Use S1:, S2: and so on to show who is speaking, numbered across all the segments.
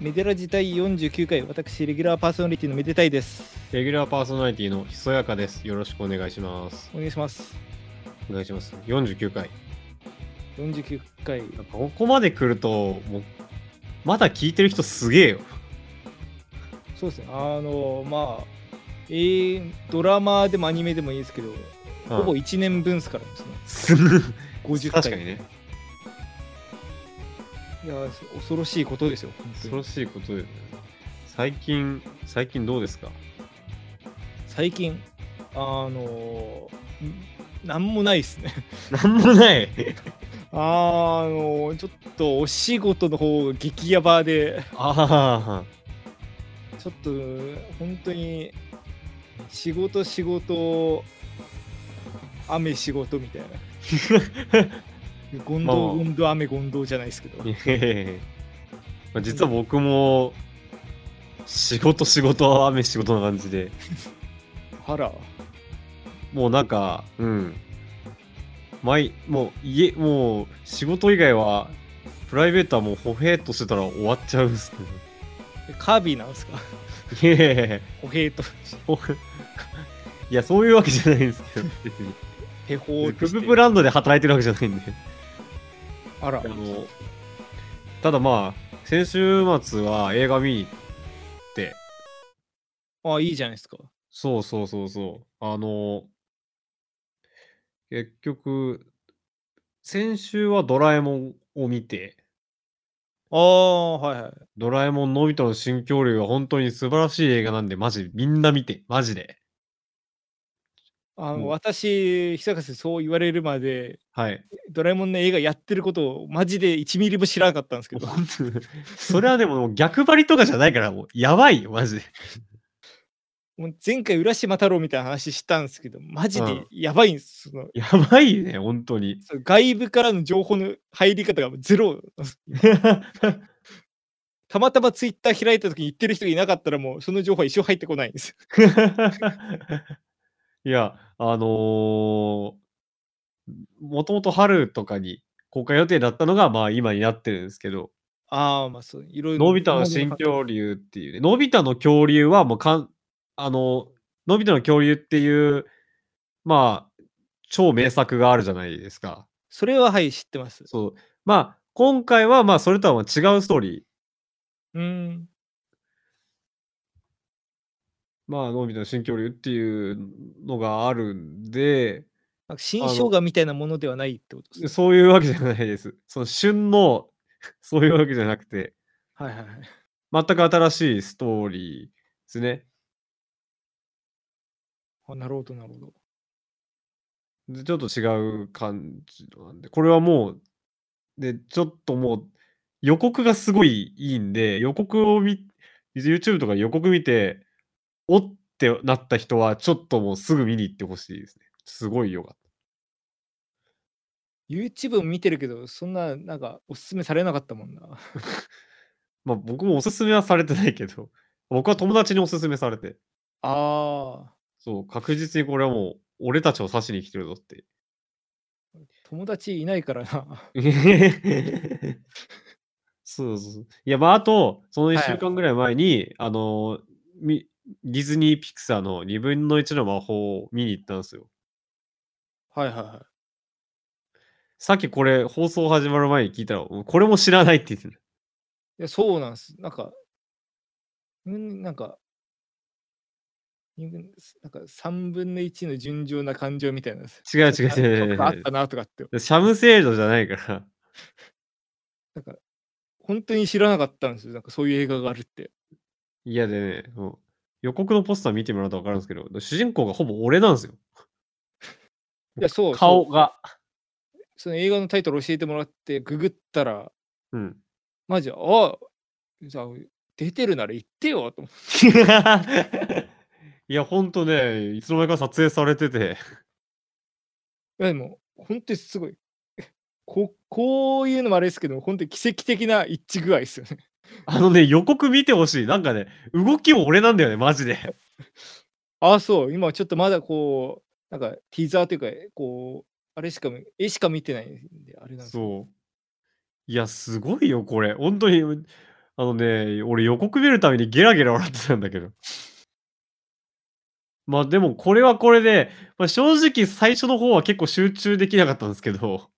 S1: メデラ自体49回、私、レギュラーパーソナリティのめでたいです。
S2: レギュラーパーソナリティのひそやかです。よろしくお願いします。
S1: お願いします。
S2: お願いします。49回。
S1: 49回。
S2: やっぱここまで来ると、もう、まだ聞いてる人すげえよ。
S1: そうですね。あの、まあ、えー、ドラマでもアニメでもいいですけど、ほぼ
S2: うん
S1: 1年分ですからですね。
S2: す
S1: 50回。
S2: 確かにね。
S1: いや、恐ろしいことですよ。本当
S2: 恐
S1: に
S2: ろしいことで、最近、最近どうですか
S1: 最近、あの、んなんもないで すね。
S2: なんもない。
S1: あの、ちょっとお仕事の方が激ヤバで。
S2: あ
S1: ちょっと本当に仕事仕事雨仕事みたいな 権藤
S2: まあまあ
S1: 権藤雨権藤じゃないですけど
S2: あ。いえいえまあ実は僕も、仕事仕事は雨仕事な感じで。
S1: あら
S2: もうなんか、うん。毎、もう家、もう仕事以外は、プライベートはもう歩兵としてたら終わっちゃうんですけ
S1: カービィなんですか
S2: ど。いやいやいや
S1: 歩兵と
S2: ほ いや、そういうわけじゃないんですけど、別に。
S1: 手法と
S2: ク
S1: して
S2: ブブランドで働いてるわけじゃないんで。
S1: あら
S2: あの、ただまあ、先週末は映画見に行って、
S1: あいいじゃないですか
S2: そうそうそうそう。あの、結局、先週はドラえもんを見て、
S1: ああはいはい
S2: ドラえもんのび太の新恐竜は本当に素晴らしい映画なんで、マジ、みんな見て、マジで。
S1: あ
S2: う
S1: の
S2: ん
S1: 私久坂さんそう言われるまで
S2: はい。
S1: ドラえもんの映画やってることをマジで1ミリも知らなかったんですけ ど
S2: 本当にそれはでももう逆張りとかじゃないから、もうやばいよ、マジ で。
S1: もう前回浦島太郎みたいな話したんですけどマジ
S2: う
S1: で
S2: ん
S1: やばいんです、その
S2: やばいね、本当に。
S1: そう外部からの情報の入り方がゼ ロ。たまたまツイッター開いた時に言ってる人がいなかったらもうその情報は一生入ってこないんです。
S2: いや、あのーもともと春とかに公開予定だったのが、まあ今になってるんですけど、
S1: ああ、まあそう、いろいろ。
S2: のび太の新恐竜っていうね、のび太の恐竜はもうかん、あの、のび太の恐竜っていう、まあ、超名作があるじゃないですか。
S1: それははい、知ってます。
S2: そう。まあ、今回はまあ、それとは違うストーリー。
S1: うーん。
S2: まあ、のび太の新恐竜っていうのがあるんで、
S1: なんか新生姜みたいなものではないってことですね。
S2: そういうわけじゃないです。その旬の、 そういうわけじゃなくて、
S1: はいはいはい。
S2: 全く新しいストーリーですね。
S1: あなるほど、なるほど。
S2: で、ちょっと違う感じなんで、これはもう、で、ちょっともう、予告がすごいいいんで、予告を見、YouTube とか予告見て、おってなった人は、ちょっともうすぐ見に行ってほしいですね。すごいよかっ
S1: YouTube を見てるけど、そんな、なんか、おすすめされなかったもんな。
S2: た。まあ、僕もおすすめはされてないけど、僕は友達におすすめされて、
S1: ああ、
S2: そう、確実にこれはもう、俺たちを刺しに来てるぞって。
S1: 友達いないからな。
S2: そうそうそう。いや、まあ、あと、その
S1: い
S2: 1
S1: はい
S2: 週間ぐらい前に、あのみ、ディズニー・ピクサーの2分の1の魔法を見に行ったんですよ。
S1: はいはいはい。
S2: さっきこれ、放送始まる前に聞いたら、これも知らないって言ってる。
S1: いや、そうなんです。なんか、うん、なんか、二分なんか3分の1の純情な感情みたい な。
S2: 違う違う
S1: あ
S2: 違う違
S1: ちょ
S2: う
S1: っとあったなとかって、
S2: 違う。シャム制度じゃないから。
S1: なんか、本当に知らなかったんですよ。なんかそういう映画があるって。
S2: いやでね、もう予告のポスター見てもらうと分かるんですけど、主人公がほぼ俺なんですよ。
S1: いや、そう、
S2: 顔
S1: そう
S2: が。
S1: その映画のタイトル教えてもらって、ググったら、
S2: うん。
S1: マジ、ああ、じゃあ、出てるなら言ってよと思って。
S2: いや、ほんとね、いつの間にか撮影されてて、
S1: いや、でも、本当にすごい。ここういうのもあれですけど、本当に奇跡的な一致具合ですよね。
S2: あのね、予告見てほしい。なんかね、動きも俺なんだよね、マジで。
S1: ああ、そう、今ちょっとまだこう、なんかティザーというか、こう、あれしか見、絵しか見てないんで、あれなんですけど
S2: そう。いや、すごいよ、これ。本当に、ああのね、俺予告見るためにゲラゲラ笑ってたんだけど。まあでもこれはこれで、まあ、正直最初の方は結構集中できなかったんですけど、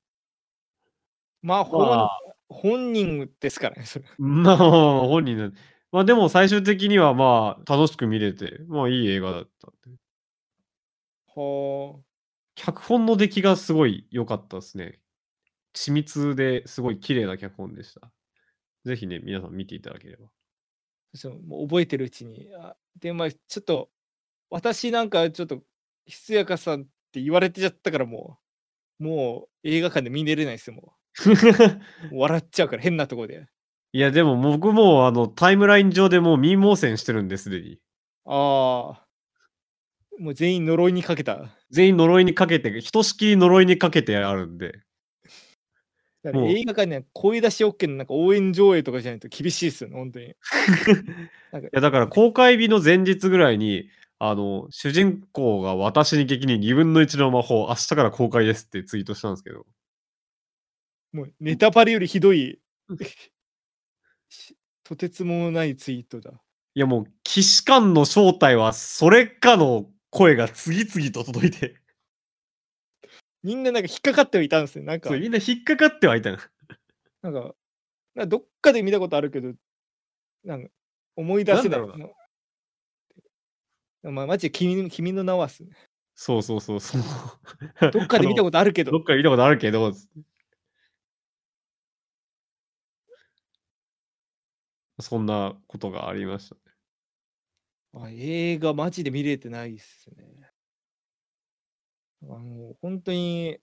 S1: まあ、ほん
S2: まあ、
S1: 本人ですからね、それ。
S2: まあまあまあ本人の、まあでも最終的にはまあ楽しく見れて、まあいい映画だったんで。
S1: は
S2: 脚本の出来がすごい良かったですね。緻密ですごい綺麗な脚本でした。ぜひね、皆さん見ていただければ。
S1: あ。そうもう覚えてるうちに。あで、まあ、ちょっと、私なんかちょっと、ひつやかさんって言われてちゃったから、もう、もう映画館で見れれないですよ、もう。もう笑っちゃうから、変なとこで。
S2: いや、でも僕もあのタイムライン上でもう民盲戦してるんです、すでに。
S1: ああ。もう全員呪いにかけた。だか
S2: 全員呪いにかけて、ひとしきり呪いにかけてあるんで。
S1: ら
S2: もう
S1: 映画館には声出し OK のなんか応援上映とかじゃないと厳しいですよね、本当に。なんか
S2: いや、だから公開日の前日ぐらいに、あの、主人公が私に激に2分の1の魔法、明日から公開ですってツイートしたんですけど。
S1: もうネタバレよりひどい。しとてつもないツイートだ。
S2: いや、もう、騎士官の正体は、それかの声が次々と届いて、
S1: みんななんか引っかかってはいたんですね。なんか、
S2: そう
S1: なんか
S2: みんな引っかかってはいたの。、
S1: なんかどっかで見たことあるけど、なんか思い出せない。
S2: なんだ
S1: なまあ、マジで君の君の名はっす ね。
S2: そうそうそうそう。
S1: どっかで見た
S2: こ
S1: ことあるけ
S2: ど
S1: ど
S2: っ、かで見たことあるけど、そんなことがありました。
S1: あ映画マジで見れてないっすね。あの本当に、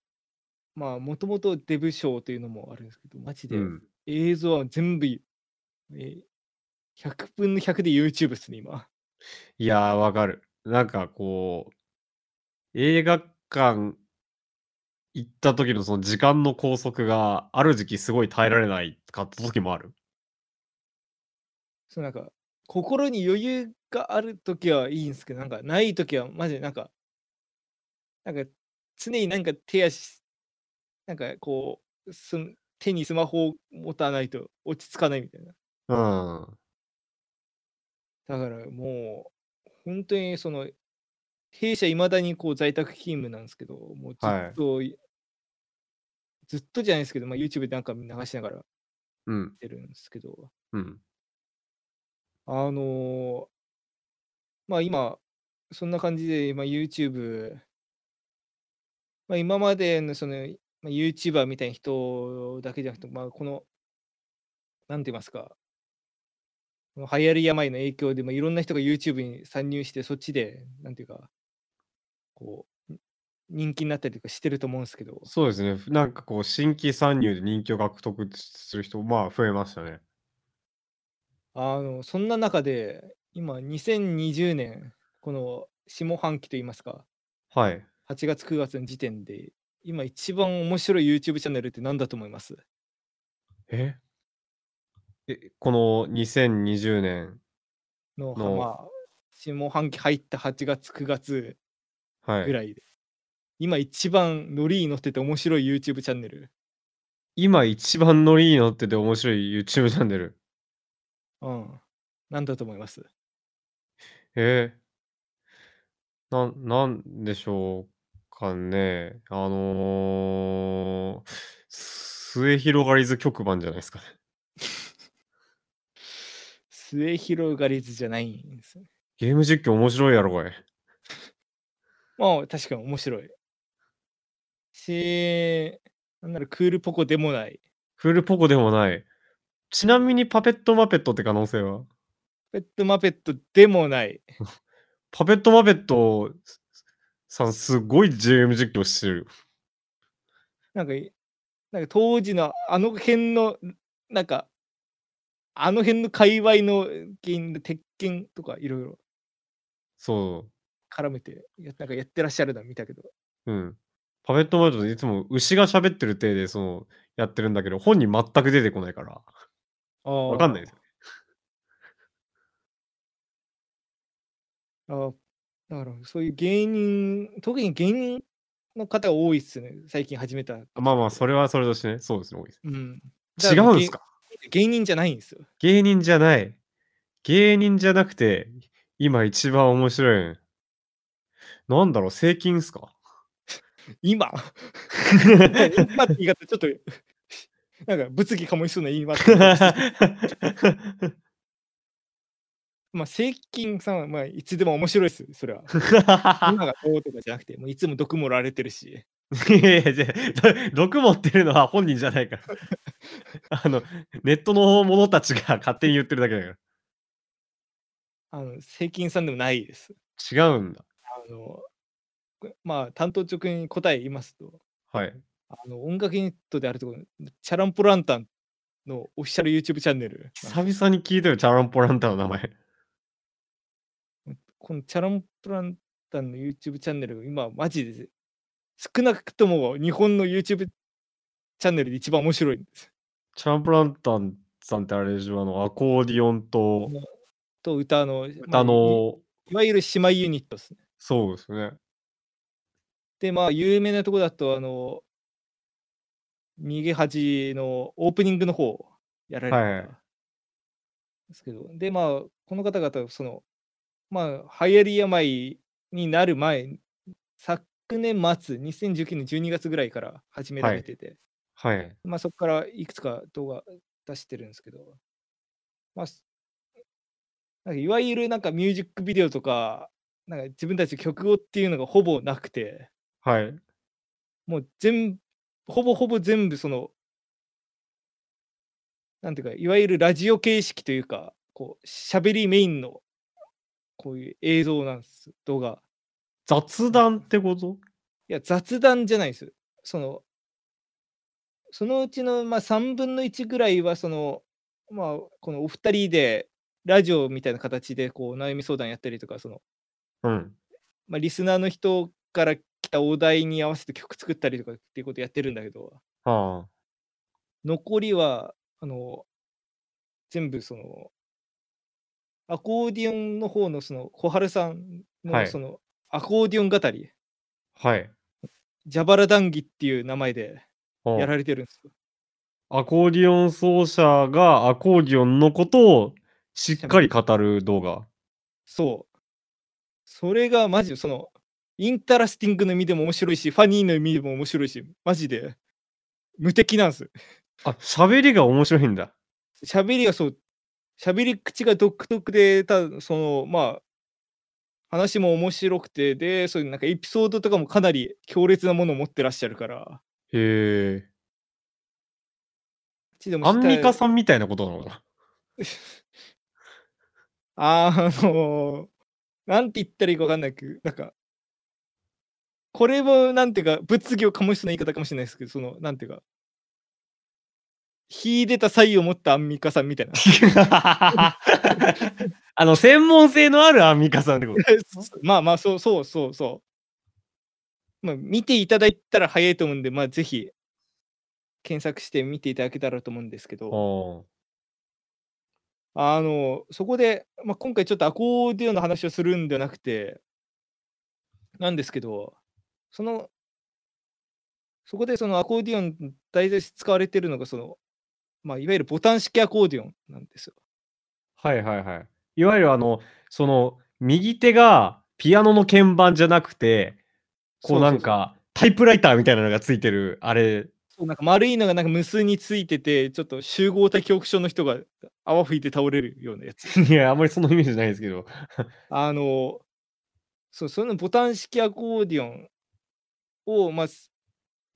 S1: まあ、もともとデブ賞というのもあるんですけど、マジで
S2: うん。
S1: 映像は全部、えー100分の100で YouTube ですね、今。
S2: いやー、わかる。なんかこう、映画館行った時のその時間の拘束がある時期すごい耐えられないかった時もある。
S1: そうなんか、心に余裕があるときはいいんですけど、なんか、ないときは、マジでなんか、なんか、常になんか手足、なんかこう、すん手にスマホを持たないと落ち着かないみたいな。
S2: うん。
S1: だからもう、本当にその、弊社いまだにこう在宅勤務なんですけど、もうず
S2: はい
S1: っと、ずっとじゃないですけど、まあ、YouTube でなんか流しながらやっ
S2: うん。
S1: てるんですけど、
S2: うん。
S1: あのーまあ今、そんな感じで、まあ、YouTube、まあ、今までのその、まあ、YouTuber みたいな人だけじゃなくて、まあ、この、なんて言いますか、この流行り病の影響で、まあ、いろんな人が YouTube に参入して、そっちで、なんていうか、こう、人気になったりとかしてると思うんですけど、
S2: そうですね。なんかこう、新規参入で人気を獲得する人、まあ増えましたね。
S1: あの、そんな中で、今、2020年、この下半期といいますか、
S2: はい。
S1: 8月9月の時点で今一番面白い YouTube チャンネルって何だと思います
S2: ええ、この2020年、
S1: の
S2: の
S1: まあ下半期入った8月9月
S2: は
S1: ぐ
S2: い。
S1: らいで、今一番ノリに乗ってて面白い YouTube チャンネル、
S2: 今一番ノリに乗ってて面白い YouTube チャンネル。
S1: うん、何だと思います
S2: えー、なん、なんでしょうかね。あのー、末広がりず局番じゃないですかね。
S1: 末広がりずじゃないんですね
S2: ゲーム実況面白いやろ、これ。
S1: まあ確かに面白いしなんならクールポコでもない
S2: クールポコでもない。ちなみにパペットマペットって可能性は
S1: ペットマペットでもない
S2: パペットマペットさんすごい GM 実況してる。
S1: なんかい、なんか当時のあの辺の、なんか、あの辺の界隈の芸人で鉄拳とかいろいろ
S2: そ
S1: 絡めてや、なんかやってらっしゃるのは見たけど、
S2: う。うん。パペットマペットいつも牛が喋ってる体でそのやってるんだけど、本人全く出てこないから。わ
S1: わ
S2: かんないです。
S1: あだから、そういう芸人、特に芸人の方が多いっすね、最近始めた。
S2: まあまあ、それはそれとしてね。そうですね。多いです
S1: うん。
S2: 違うんですか
S1: 芸人じゃないんですよ。
S2: 芸人じゃない。芸人じゃなくて、今一番面白い。なんだろう、税金っすか
S1: 今今って言い方ちょっと、 なんか物議かもしそうな言い方。 まあ、セ金さんは、まあ、いつでも面白いです、それは。今がどうとかじゃなくて、もういつも毒盛られてるし。
S2: いやいやいや、ど毒持ってるのは本人じゃないから。あの、ネットの者たちが勝手に言ってるだけだか
S1: あの、セ金さんでもないです。
S2: ら。違うんだ。
S1: あの、まあ、担当直入に答え言いますと、
S2: はい。
S1: あの音楽ユニットであるところ、チャランポランタンのオフィシャル YouTube チャンネル。
S2: 久々に聞いたよ、チャランポランタンの名前。
S1: このチャランポランタンの YouTube チャンネルが今、マジで、少なくとも日本の YouTube チャンネルで一番面白いんです。
S2: チャランポランタンさんってあれでしょ、あの、アコーディオンと
S1: と歌の、まあ
S2: 歌の、
S1: いいわゆる姉妹ユニットですね。
S2: そうですね。
S1: で、まあ、有名なとこだと、あの、逃げ恥のオープニングの方をやられ
S2: はいはい
S1: てたんですけど、で、まあ、この方々、その、まあ、流行り病になる前、昨年末、2019年12月ぐらいから始められてて、
S2: はい。
S1: まあ、そこからいくつか動画出してるんですけど、まあ、すなんかいわゆるなんかミュージックビデオとか、なんか自分たち曲をっていうのがほぼなくて、
S2: はい。
S1: もう全部、ほぼほぼ全部その、なんていうか、いわゆるラジオ形式というか、こう、喋りメインの、こういう映像なんです、動画。
S2: 雑談ってこと
S1: いや、雑談じゃないです。その、そのうちの、まあ、3分の1ぐらいは、その、まあ、このお二人で、ラジオみたいな形で、こう、悩み相談やったりとか、その、
S2: うん。
S1: まあ、リスナーの人から来たお題に合わせて曲作ったりとかっていうことやってるんだけど、
S2: は
S1: 残りは、あの、全部その、アコーディオンの方のその、小春さん
S2: は
S1: の
S2: い
S1: その、アコーディオン語り、
S2: あ。はい。
S1: 蛇腹談義っていう名前で
S2: はあ
S1: やられてるんですよ。
S2: アコーディオン奏者がアコーディオンのことをしっかり語る動画。
S1: そう。それがマジでその、インタラスティングの意味でも面白いし、ファニーの意味でも面白いし、マジで無敵なんです。
S2: あ、喋りが面白いんだ。
S1: 喋りがそう、喋り口が独特で、ただその、まあ、話も面白くて、で、そういうなんかエピソードとかもかなり強烈なものを持ってらっしゃるから、
S2: へえ。
S1: ちでも
S2: アンミカ
S1: ん。
S2: さんみたいなことなのかな。
S1: あーあのーなんて言ったらいいかわかんないけど、なんか、これも、なんていうか、物議を醸しそうな言い方かもしれないですけど、その、なんていうか、秀でた才を持ったアンミカさんみたいな。
S2: あの、専門性のあるアンミカさんってこと。
S1: まあまあ、そうそうそうそう。まあ、見ていただいたら早いと思うんで、まあ、ぜひ、検索して見ていただけたらと思うんですけど、
S2: お
S1: あの、そこで、まあ、今回ちょっとアコーディオンの話をするんではなくて、なんですけど、その、そこでそのアコーディオンの題材として使われてるのが、その、まあ、いわゆるボタン式アコーディオンなんですよ。
S2: はいはいはい。いわゆるあの、その、右手がピアノの鍵盤じゃなくて、こうなんか、タイプライターみたいなのがついてる、あれ。
S1: そうなんか丸いのがなんか無数についてて、ちょっと集合体恐怖症の人が泡吹いて倒れるようなやつ。
S2: いや、あんまりそのイメージないですけど。
S1: あの、そう、そのボタン式アコーディオンを、まあ、す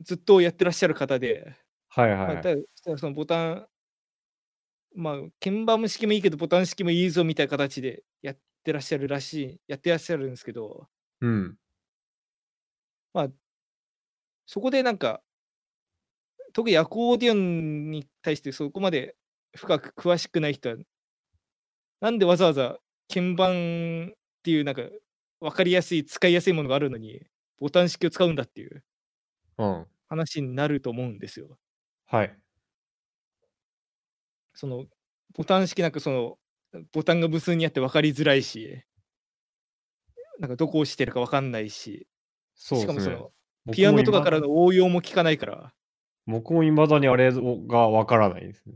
S1: ずっとやってらっしゃる方で、
S2: はい
S1: ま
S2: は
S1: あ
S2: い。
S1: ただただそのボタン、まあ、鍵盤式もいいけど、ボタン式もいいぞみたいな形でやってらっしゃるらしい、やってらっしゃるんですけど、
S2: うん。
S1: そこでなんか、特にアコーディオンに対してそこまで深く詳しくない人は、なんでわざわざ鍵盤っていうなんか分かりやすい、使いやすいものがあるのに、ボタン式を使うんだっていう
S2: うん。
S1: 話になると思うんですよ。
S2: はい。
S1: そのボタン式なんかそのボタンが無数にあって分かりづらいし、なんかどこを押してるか分かんないし、
S2: そう
S1: しか
S2: で
S1: も
S2: す
S1: そ
S2: ね。
S1: のピアノとかから
S2: の。
S1: の応用も効かないから、
S2: 僕もいまだにあれをがわからないですね。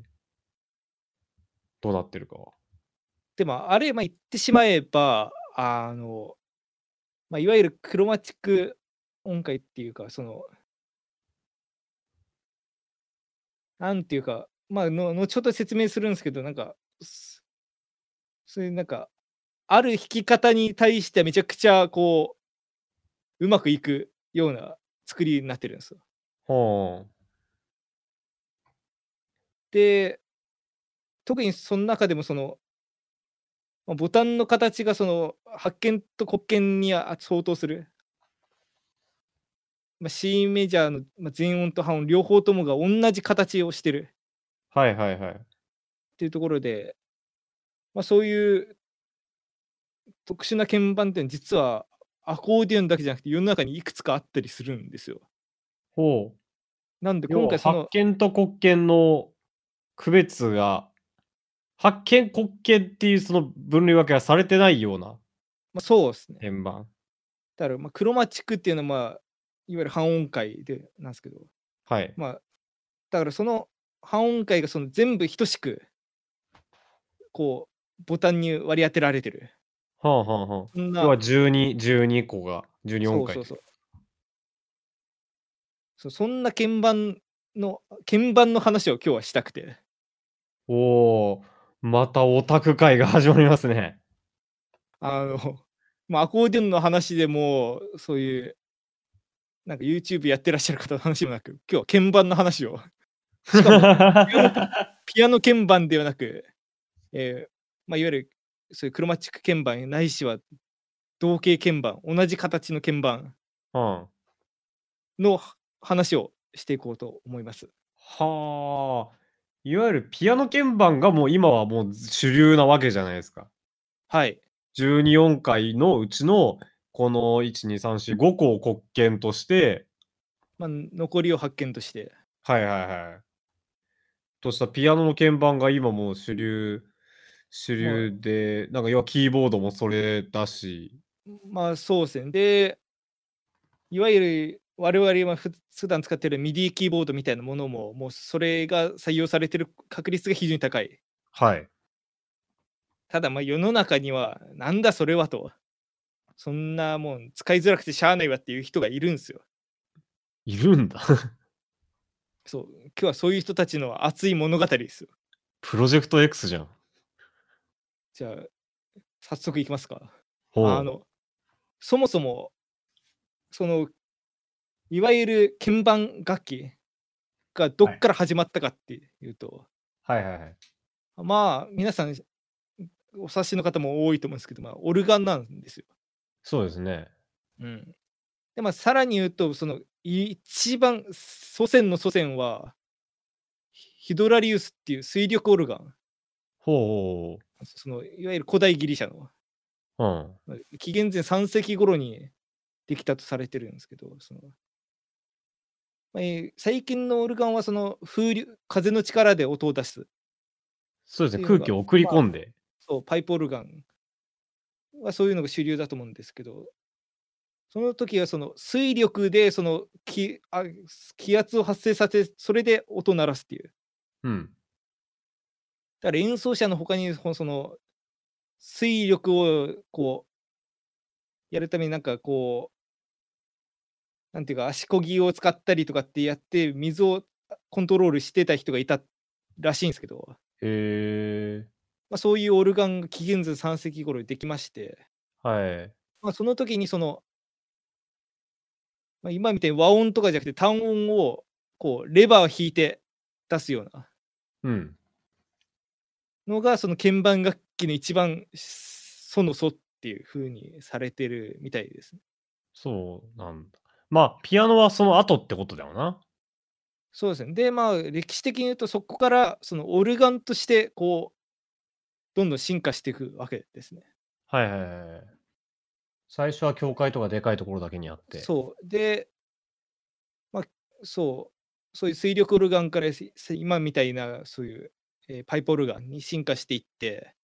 S2: どうなってるかは。
S1: でも、あれ、まあ、言ってしまえば、あの、まあ、いわゆるクロマチック音階っていうか、その、なんていうか、まあ、の後ほど説明するんですけど、なんか、すそういう、なんか、ある弾き方に対してめちゃくちゃ、こう、うまくいくような作りになってるんですよ。
S2: は
S1: で、特にその中でも、その、まあボタンの形がその発見と黒鍵にあ相当する、まあ、C メジャーのまあ全音と半音両方ともが同じ形をしてる
S2: あ。はいはいはい。
S1: っていうところで、まあ、そういう特殊な鍵盤っていうのは実はアコーディオンだけじゃなくて世の中にいくつかあったりするんですよ。
S2: ほう。
S1: なんで
S2: 今
S1: 今
S2: 回
S1: 回そ
S2: 発
S1: の
S2: 見と黒見の区別が、発見、黒見っていうその分類分けがされてないような
S1: まあ、そうですね。
S2: 円盤。
S1: だからまあクロマチックっていうのはまあいわゆる半音階でなんですけど、
S2: はい。
S1: まあ、だからその半音階がその全部等しくこうボタンに割り当てられてる。
S2: はあはあはあ。
S1: そんな
S2: 要は12、12個が、12音階。
S1: そうそうそうそうそんな鍵盤の鍵盤の話を今日はしたくて
S2: おおまたオタク会が始まります ね。
S1: あの、まあ、アコーディオンの話でもそういうなんか YouTube やってらっしゃる方の話でもなく今日は鍵盤の話をしかもピアノ鍵盤ではなく、えーまあ、いわゆるそういうクロマチック鍵盤ないしは同型鍵盤同じ形の鍵盤
S2: うん。は
S1: の話をしていこうと思います。
S2: あ。いわゆるピアノ鍵盤がもう今はもう主流なわけじゃないですか。
S1: はい
S2: 12音階のうちのこの12345個を黒鍵として
S1: まあ、残りを発見として
S2: はいはいはいとしたピアノの鍵盤が今もう主流主流で、なんか要はキーボードもそれだし
S1: まあそうですね。で、いわゆる我々はふ普段使ってる MIDI キーボードみたいなものも、もうそれが採用されてる確率が非常に高い。
S2: はい
S1: ただまあ世の中には、なんだそれはと。そんなもん使いづらくてしゃあないわっていう人がいるんですよ。
S2: いるんだ
S1: そう。今日はそういう人たちの熱い物語ですよ。
S2: プロジェクト X じゃん
S1: じゃあ、早速いきますか。
S2: ほう
S1: あの、そもそも、その、いわゆる鍵盤楽器がど
S2: は
S1: っ
S2: い
S1: から始まったかっていうと、
S2: はいはいはい
S1: まあ、皆さん、お察しの方も多いと思うんですけど、まあ、オルガンなんですよ。
S2: そうですね
S1: うん。で、まあ、さらに言うと、その、い一番祖先の祖先は、ヒドラリウスっていう水力オルガン、
S2: ほう
S1: その、いわゆる古代ギリシャの、
S2: ほうほう
S1: まあ紀元前3世紀頃にできたとされてるんですけど、そのまあえー最近のオルガンはその風流風の力で音を出す
S2: そうですね
S1: ってい
S2: 空
S1: うのが
S2: 気を送り込んで、
S1: そうパイプオルガンはそういうのが主流だと思うんですけどその時はその水力でその気あ気圧を発生させそれで音を鳴らすっていう
S2: うん
S1: だから演奏者の他にほんその水力をこうやるためになんかこうなんていうか足こぎを使ったりとかってやって水をコントロールしてた人がいたらしいんですけど、
S2: へえ
S1: まあ、そういうオルガンが紀元前3世紀頃にできまして、
S2: はい
S1: まあ、その時にその、まあ、今みたいに和音とかじゃなくて単音をこうレバーを引いて出すような
S2: うん
S1: のがその鍵盤楽器の一番その祖っていう風にされてるみたいですね。
S2: そうなんだまあピアノはその後ってことだよな
S1: そうですね。でまあ歴史的に言うとそこからそのオルガンとしてこうどんどん進化していくわけですね。
S2: はいはいはいはい。最初は教会とかでかいところだけにあって。
S1: そうでまあそうそういう水力オルガンからせせ今みたいなそういう、えーパイプオルガンに進化していって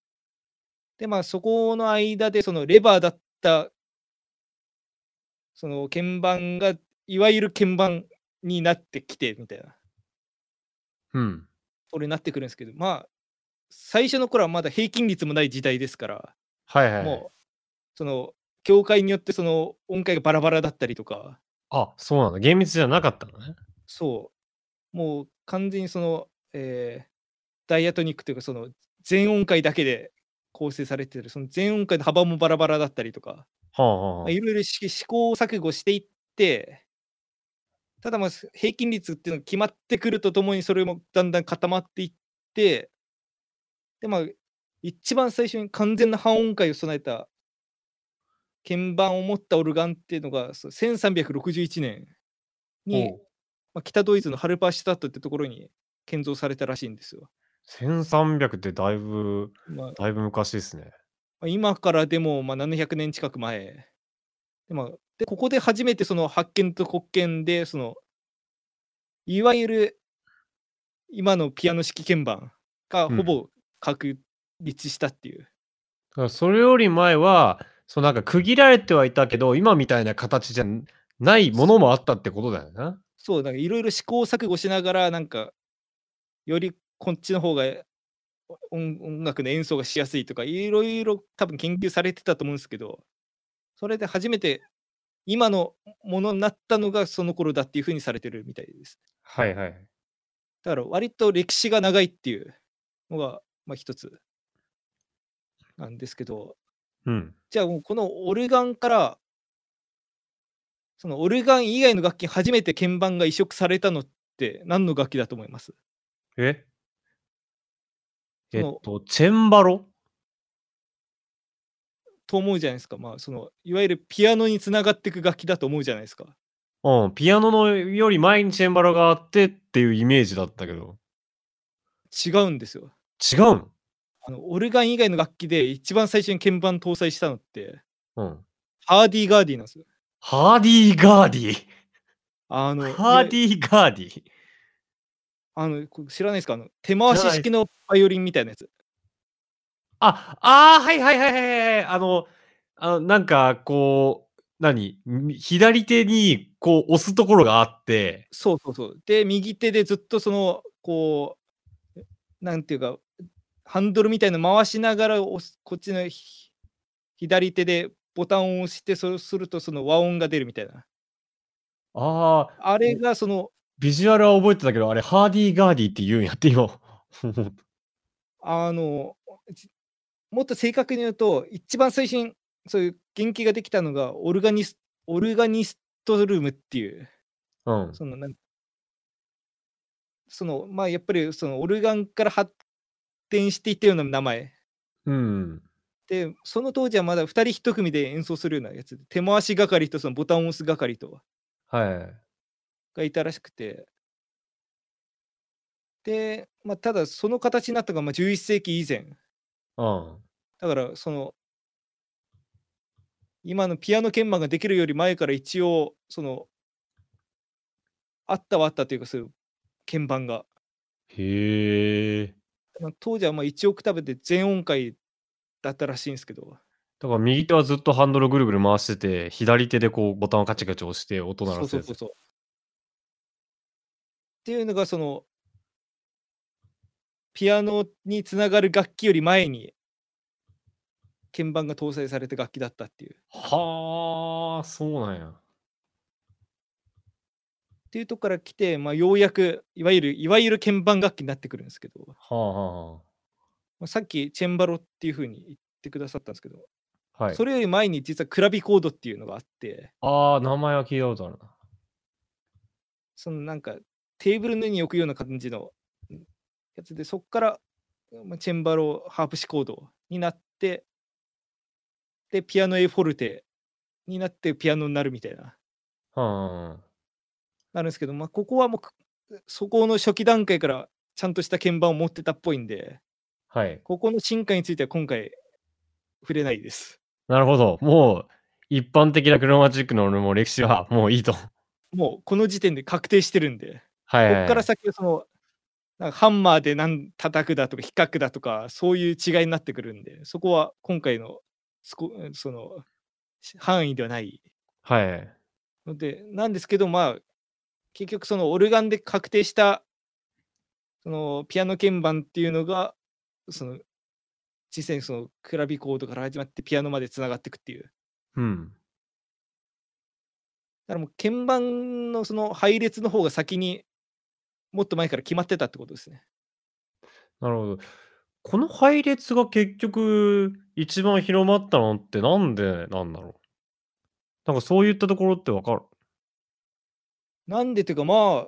S1: でまあそこの間でそのレバーだったその鍵盤がいわゆる鍵盤になってきてみたいな
S2: うん。
S1: これになってくるんですけどまあ最初の頃はまだ平均率もない時代ですから、
S2: はいはいはい。
S1: もうその教会によってその音階がバラバラだったりとか
S2: あ、そうなんだ。厳密じゃなかったのね。
S1: そうもう完全にその、えーダイアトニックというかその全音階だけで構成されてるその全音階の幅もバラバラだったりとか
S2: はあ、はあ
S1: ま
S2: は
S1: あいろいろ試試行錯誤していってただまあす平均率っていうのが決まってくるとともにそれもだんだん固まっていってでまあ一番最初に完全な半音階を備えた鍵盤を持ったオルガンっていうのがそう1361年
S2: あ。
S1: に
S2: おう
S1: まあ、北ドイツのハルパーシュタットってところに建造されたらしいんですよ。
S2: 1300ってだいぶ、
S1: まあ
S2: だいぶ昔ですね。
S1: まあ今からでもまあ700年近く前。でまあでここで初めてその発見と国権でそのいわゆる今のピアノ式鍵盤が
S2: うん
S1: ほぼ確立したっていう、
S2: だからそれより前は、そうなんか区切られてはいたけど、今みたいな形じゃないものもあったってことだよな。
S1: そうなんかいろいろ試行錯誤しながらなんかよりこっちの方が音音楽の演奏がしやすいとかいろいろ多分研究されてたと思うんですけどそれで初めて今のものになったのがその頃だっていうふうにされてるみたいです
S2: はいはい。
S1: だから割と歴史が長いっていうのがまあ一つなんですけど
S2: うん。
S1: じゃあもうこのオルガンからそのオルガン以外の楽器に初めて鍵盤が移植されたのって何の楽器だと思います
S2: え
S1: そ
S2: えっ
S1: の
S2: と、チェンバロ
S1: と思うじゃないですか、まあ、そのいわゆるピアノにつながっていく楽器だと思うじゃないですか。
S2: うん、ピアノのより前にチェンバロがあってっていうイメージだったけど、
S1: 違うんですよ。
S2: 違うの
S1: あのオルガン以外の楽器で一番最初に鍵盤搭載したのって
S2: うん。
S1: ハーディー・ガーディーなんですよ。
S2: ハーディーガーディ
S1: あの
S2: ー。ハーデ
S1: ィ
S2: ィーガーディー。
S1: あのこ知らないですかあの手回し式のバイオリンみたいなやつ。
S2: あ、あーはいはいはいはいはい。あの、あのなんかこう、何み左手にこう押すところがあって、
S1: そうそうそう。で右手でずっとそのこうなんていうかハンドルみたいなの回しながら押すこっちのひ左手でボタンを押してそうするとその和音が出るみたいな。
S2: ああ、
S1: あれがその
S2: ビジュアルは覚えてたけど、あれハーディーガーディーって言うんやって今。
S1: あのじもっと正確に言うと一番最初にそういう元気ができたのがオルガニスオルガニストルームっていう
S2: うん。
S1: そのなんそのまあやっぱりそのオルガンから発展していったような名前
S2: うん。
S1: でその当時はまだ2人1組で演奏するようなやつで手回し係とそのボタンを押す係と
S2: はい。
S1: がいたらしくてで、まあ、ただその形になったのがまあ11世紀以前
S2: うん。
S1: だからその今のピアノ鍵盤ができるより前から一応そのあったはあったというかそういう鍵盤が、
S2: へえ。
S1: まあ当時はまあ1オクターブで全音階だったらしいんですけど
S2: だから右手はずっとハンドルぐるぐる回してて、左手でこうボタンをカチカチ押して音鳴
S1: そ
S2: ら
S1: う
S2: す
S1: そう
S2: やつ
S1: そう。そうっていうのがそのピアノにつながる楽器より前に鍵盤が搭載された楽器だったっていう
S2: はあ、そうなんや。
S1: っていうとこから来て、まあ、ようやくいわゆるいわゆる鍵盤楽器になってくるんですけど、
S2: はあ、は
S1: まあ、さっきチェンバロっていうふうに言ってくださったんですけど、
S2: あ、はい。
S1: それより前に実はクラビコードっていうのがあって
S2: ああ、名前は聞いたことあるな。
S1: そのなんかテーブルの上に置くような感じのうんやつでそこから、まあ、チェンバロハープシコードになってでピアノエフォルテになってピアノになるみたいな
S2: は
S1: なるんですけど、まあ、ここはもうくそこの初期段階からちゃんとした鍵盤を持ってたっぽいんで。
S2: あ、はい。
S1: ここの進化については今回触れないです。
S2: なるほど。もう、一般的なクロマチックのも歴史はもういいと。
S1: もうこの時点で確定してるんで、
S2: はい、
S1: こ
S2: は
S1: こ
S2: い。
S1: から先はそのなんかハンマーでなん叩くだとか比較だとかそういう違いになってくるんで、そこは今回のすこそのし範囲ではない
S2: はいはい。
S1: ので、なんですけど、まあ結局そのオルガンで確定したそのピアノ鍵盤っていうのがその小さいそのクラビコードから始まってピアノまでつながっていくっていうだ
S2: うん。
S1: からもう鍵盤のその配列の方が先にもっと前から決まってたってことですね
S2: なるほど。この配列が結局一番広まったのってなんでなんだろうなんかそういったところってわかる
S1: なんでというかまあ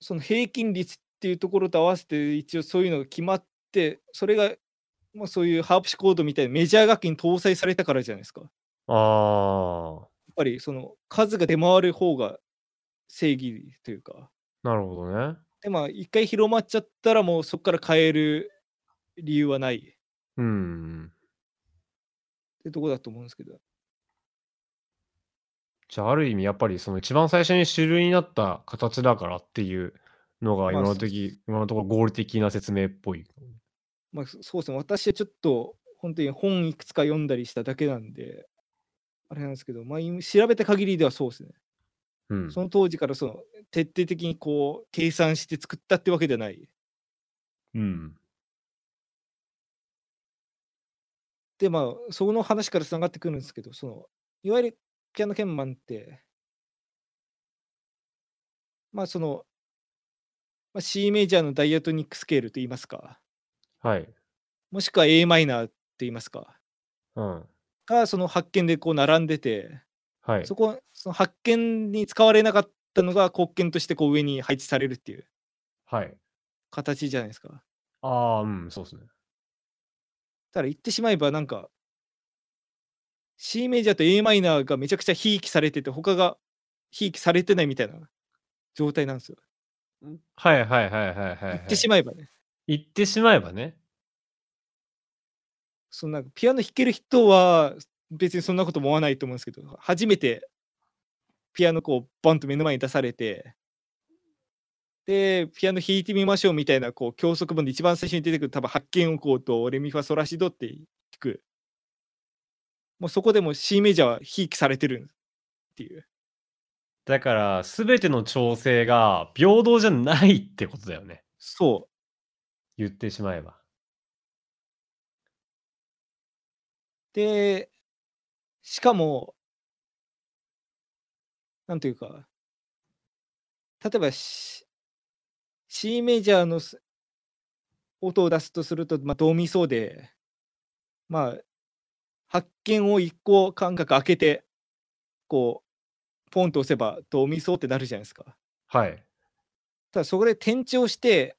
S1: その平均率っていうところと合わせて一応そういうのが決まってそれがまあそういうハープシコードみたいなメジャー楽器に搭載されたからじゃないですかやっ
S2: あ
S1: ぱりその数が出回る方が正義というか
S2: あ、なるほどね。
S1: でまあ一回広まっちゃったらもうそこから変える理由はないっ
S2: うん。
S1: てとこだと思うんですけど
S2: じゃあある意味やっぱりその一番最初に主流になった形だからっていうのが
S1: まあ
S2: 今の
S1: そう
S2: 時、今のところ合理的な説明っぽい。
S1: まあそそうですね私はちょっと本当に本いくつか読んだりしただけなんであれなんですけどまあ今調べた限りではそうですね
S2: うん。
S1: その当時からその徹底的にこう計算して作ったってわけじゃない。
S2: うん。
S1: でまあその話からつながってくるんですけどそのいわゆるピアノ鍵盤ってまあその、まあ、C メジャーのダイアトニックスケールと言いますか
S2: はい。
S1: もしくは a マイナーと言いますか
S2: うん。
S1: がその発見でこう並んでて
S2: はい
S1: そ。こその発見に使われなかったのが国権としてこう上に配置されるっていう
S2: はい。
S1: 形じゃないですか。
S2: ああ、うん、そうですね。
S1: ただ言ってしまえばなんか C メジャーと a マイナーがめちゃくちゃひいきされてて他がひいきされてないみたいな状態なんですよ。
S2: はいはいはいはいはい、はい
S1: 言ってしまえばね。
S2: 言ってしまえばね。
S1: そのなんかピアノ弾ける人は別にそんなことも思わないと思うんですけど初めてピアノこうバンと目の前に出されてでピアノ弾いてみましょうみたいなこう教則本で一番最初に出てくる多分発見音こうとレミファソラシドって弾くもうそこでもう C メジャーはひいきされてるっていう。
S2: だから、すべての調整が平等じゃないってことだよね。
S1: そ
S2: 言ってしまえば。
S1: う。で、しかも、なんというか、例えば C, C メジャーのす音を出すとすると、まあ、ドミソで、まあ、発見を一個間隔空けて、こう、ポンと押せばドミソってなるじゃないですか。
S2: はい。
S1: ただそこで転調して、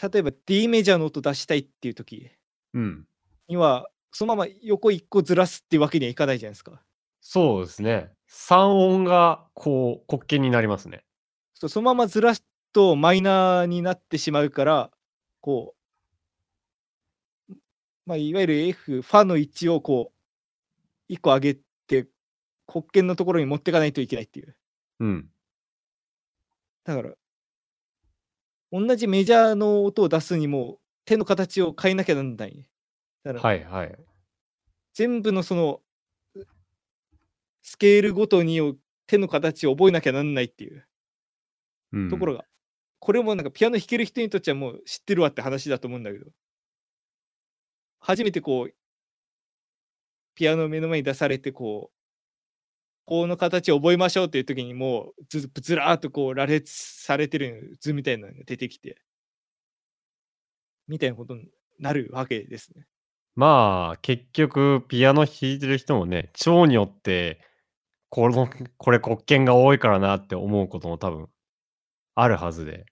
S1: 例えば D メジャーの音出したいっていう時
S2: うん。
S1: にはそのまま横一個ずらすってわけにはいかないじゃないですか。
S2: そうですね。三音が、こう、滑稽になりますね。
S1: そうそのままずらすとマイナーになってしまうからこう、まあ、いわゆる F ファの位置をこう一個上げて黒鍵のところに持っていかないといけないっていう。
S2: うん。
S1: だから同じメジャーの音を出すにも手の形を変えなきゃなんない。だから
S2: はいはい。
S1: 全部のそのスケールごとにを手の形を覚えなきゃなんないっていう。
S2: うん、
S1: ところ
S2: が。
S1: が、これもなんかピアノ弾ける人にとっちゃもう知ってるわって話だと思うんだけど初めてこうピアノを目の前に出されてこうこの形を覚えましょうっていう時にもうずずらーっとこう羅列されてる図みたいなのが出てきてみたいなことになるわけですね。
S2: まあ、結局、ピアノ弾いてる人もね、蝶によって、この、これ、国権が多いからなって思うことも多分、あるはずで。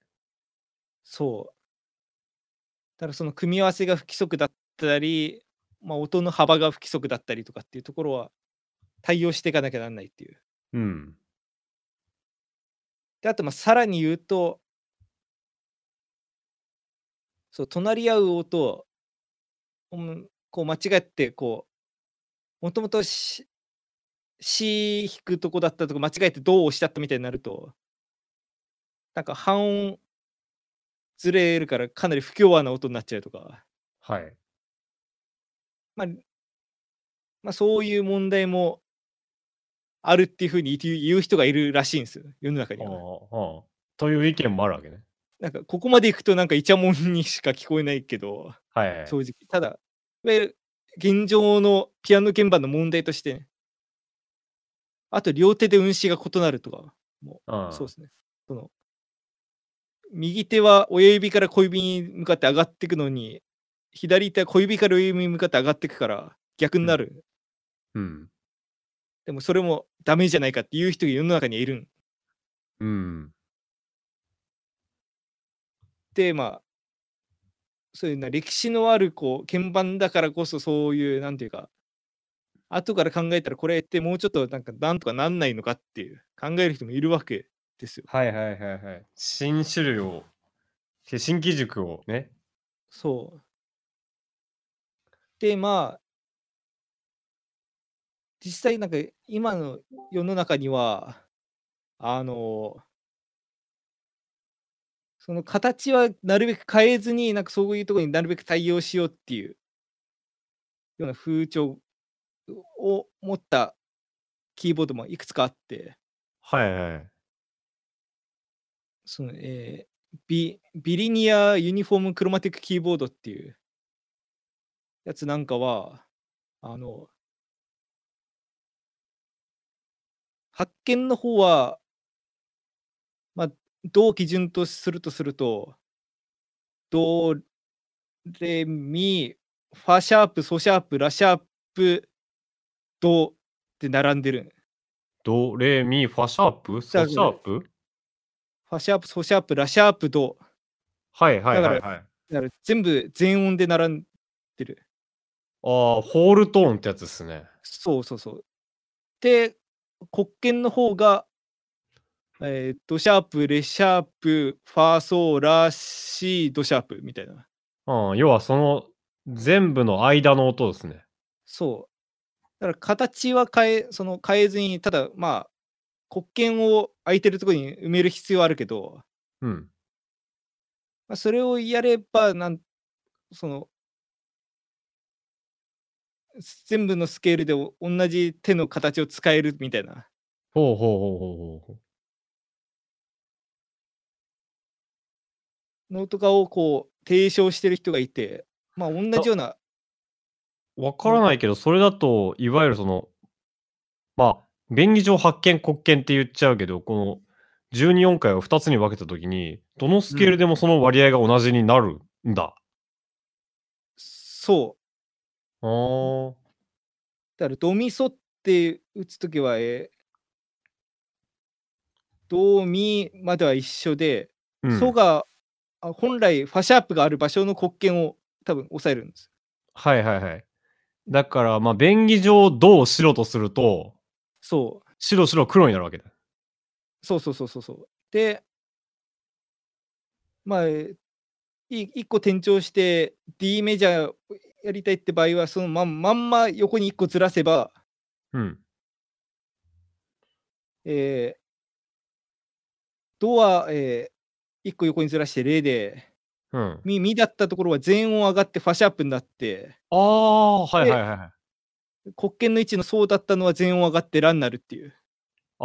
S1: そう。だからその組み合わせが不規則だったり、まあ、音の幅が不規則だったりとかっていうところは対応していかなきゃなんないっていう。
S2: うん。
S1: であとまあさらに言うとそう隣り合う音をうんこう間違ってこうもともと C 弾くとこだったとこ間違えてドを押しちゃったみたいになるとなんか半音ずれるからかなり不協和な音になっちゃうとか、
S2: はい。
S1: まあ、まあそういう問題もあるっていうふうに言う言う人がいるらしいんですよ世の中に
S2: ああ
S1: は。
S2: ああという意見もあるわけね。
S1: なんかここまで行くとなんかイチャモンにしか聞こえないけど、
S2: はいはい。
S1: 正直。ただ、いわゆる現状のピアノ鍵盤の問題としてね、あと両手で運指が異なるとか、
S2: うん
S1: そうですね。その右手は親指から小指に向かって上がっていくのに、左手は小指から親指に向かって上がっていくから逆になる。
S2: うん。
S1: でもそれもダメじゃないかっていう人が世の中にはいるん
S2: うん。
S1: で、まあ、そういうな歴史のあるこう鍵盤だからこそそういう、なんていうか、後から考えたらこれってもうちょっとなんかなんとかなんないのかっていう考える人もいるわけですよ。
S2: はいはいはいはい。新種類を、新機軸をね。
S1: そう。で、まあ、実際なんか今の世の中には、あの、その形はなるべく変えずに、なんかそういうところになるべく対応しようっていうような風潮を持ったキーボードもいくつかあって、
S2: はいはい。
S1: そのえービビリニア・ユニフォーム・クロマティック・キーボードっていうやつなんかは、あの、発見の方は、まあ、どう基準とするとすると、ドレミ、ファシャープ、ソシャープ、ラシャープ、ドって並んでる。
S2: ドレミファシャープソシャープ
S1: ファシャープ、ソシャープ、ラシャープ、ド。
S2: はいはいはい
S1: だ
S2: はい。あ
S1: だから全部全音で並んでる。
S2: あー、ホールトーンってやつですね。
S1: そうそうそう。で、国権の方が、えードシャープ、レシャープ、ファーソー、ラシー、ドシャープみたいな。
S2: うん、要はその全部の間の音ですね。
S1: そう。だから形は変え、その変えずに、ただまあ、国権を空いてるところに埋める必要はあるけど、
S2: うん。
S1: まあ、それをやればなんそのす全部のスケールでお同じ手の形を使えるみたいな
S2: ほうほうほうほうほうほう。
S1: のとかをこう提唱してる人がいてまあ同じような
S2: わからないけど、それだと、いわゆるその、まあ、便宜上発見、国権って言っちゃうけど、この12音階を2つに分けたときに、どのスケールでもその割合が同じになるんだ。
S1: そう
S2: あー
S1: だからドミソって打つときはえードミまでは一緒で、
S2: うん
S1: ソがあ本来ファシャープがある場所の国権を多分抑えるんです。
S2: はいはいはい。だから、まあ、便宜上、どう白とすると、
S1: そう
S2: 白白黒になるわけだ。
S1: そうそうそうそうそう。で、まあ、えい一個転調して D メジャーやりたいって場合は、そのまんまんま横に一個ずらせば、
S2: うん。
S1: えー、ドは、えー、一個横にずらして0で、
S2: うん。
S1: ミミだったところは全音上がってファシャープになって、
S2: ああ、はいはいはいはい。
S1: 黒鍵の位置の層だったのは全音上がってラになるっていう。
S2: ああ、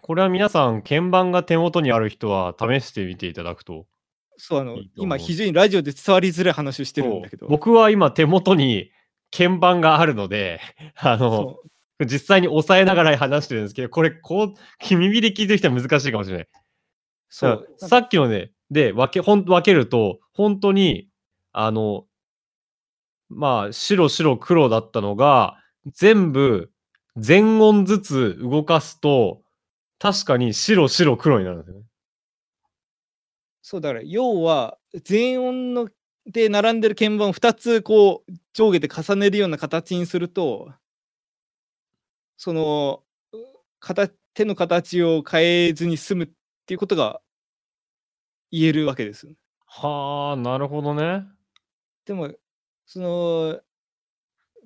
S2: これは皆さん、鍵盤が手元にある人は試してみていただくと。
S1: そう、あの、
S2: いいと思う
S1: 今非常にラジオで伝わりづらい話をしてるんだけど。
S2: そう僕は今手元に鍵盤があるので、 あの、
S1: そう
S2: 実際に押さえながら話してるんですけど、これ、こう、耳で聞いてる人は難しいかもしれない。
S1: そ
S2: だから
S1: う。
S2: さっきのね、で、分け、ほん分けると、本当に、あの、まあ、白、白、黒だったのが、全部、全音ずつ動かすと、確かに白、白、黒になるんですよね。
S1: そうだから要は全音ので並んでる鍵盤を2つこう上下で重ねるような形にするとそのう形手の形を変えずに済むっていうことが言えるわけです。
S2: はあ、なるほどね。
S1: でもその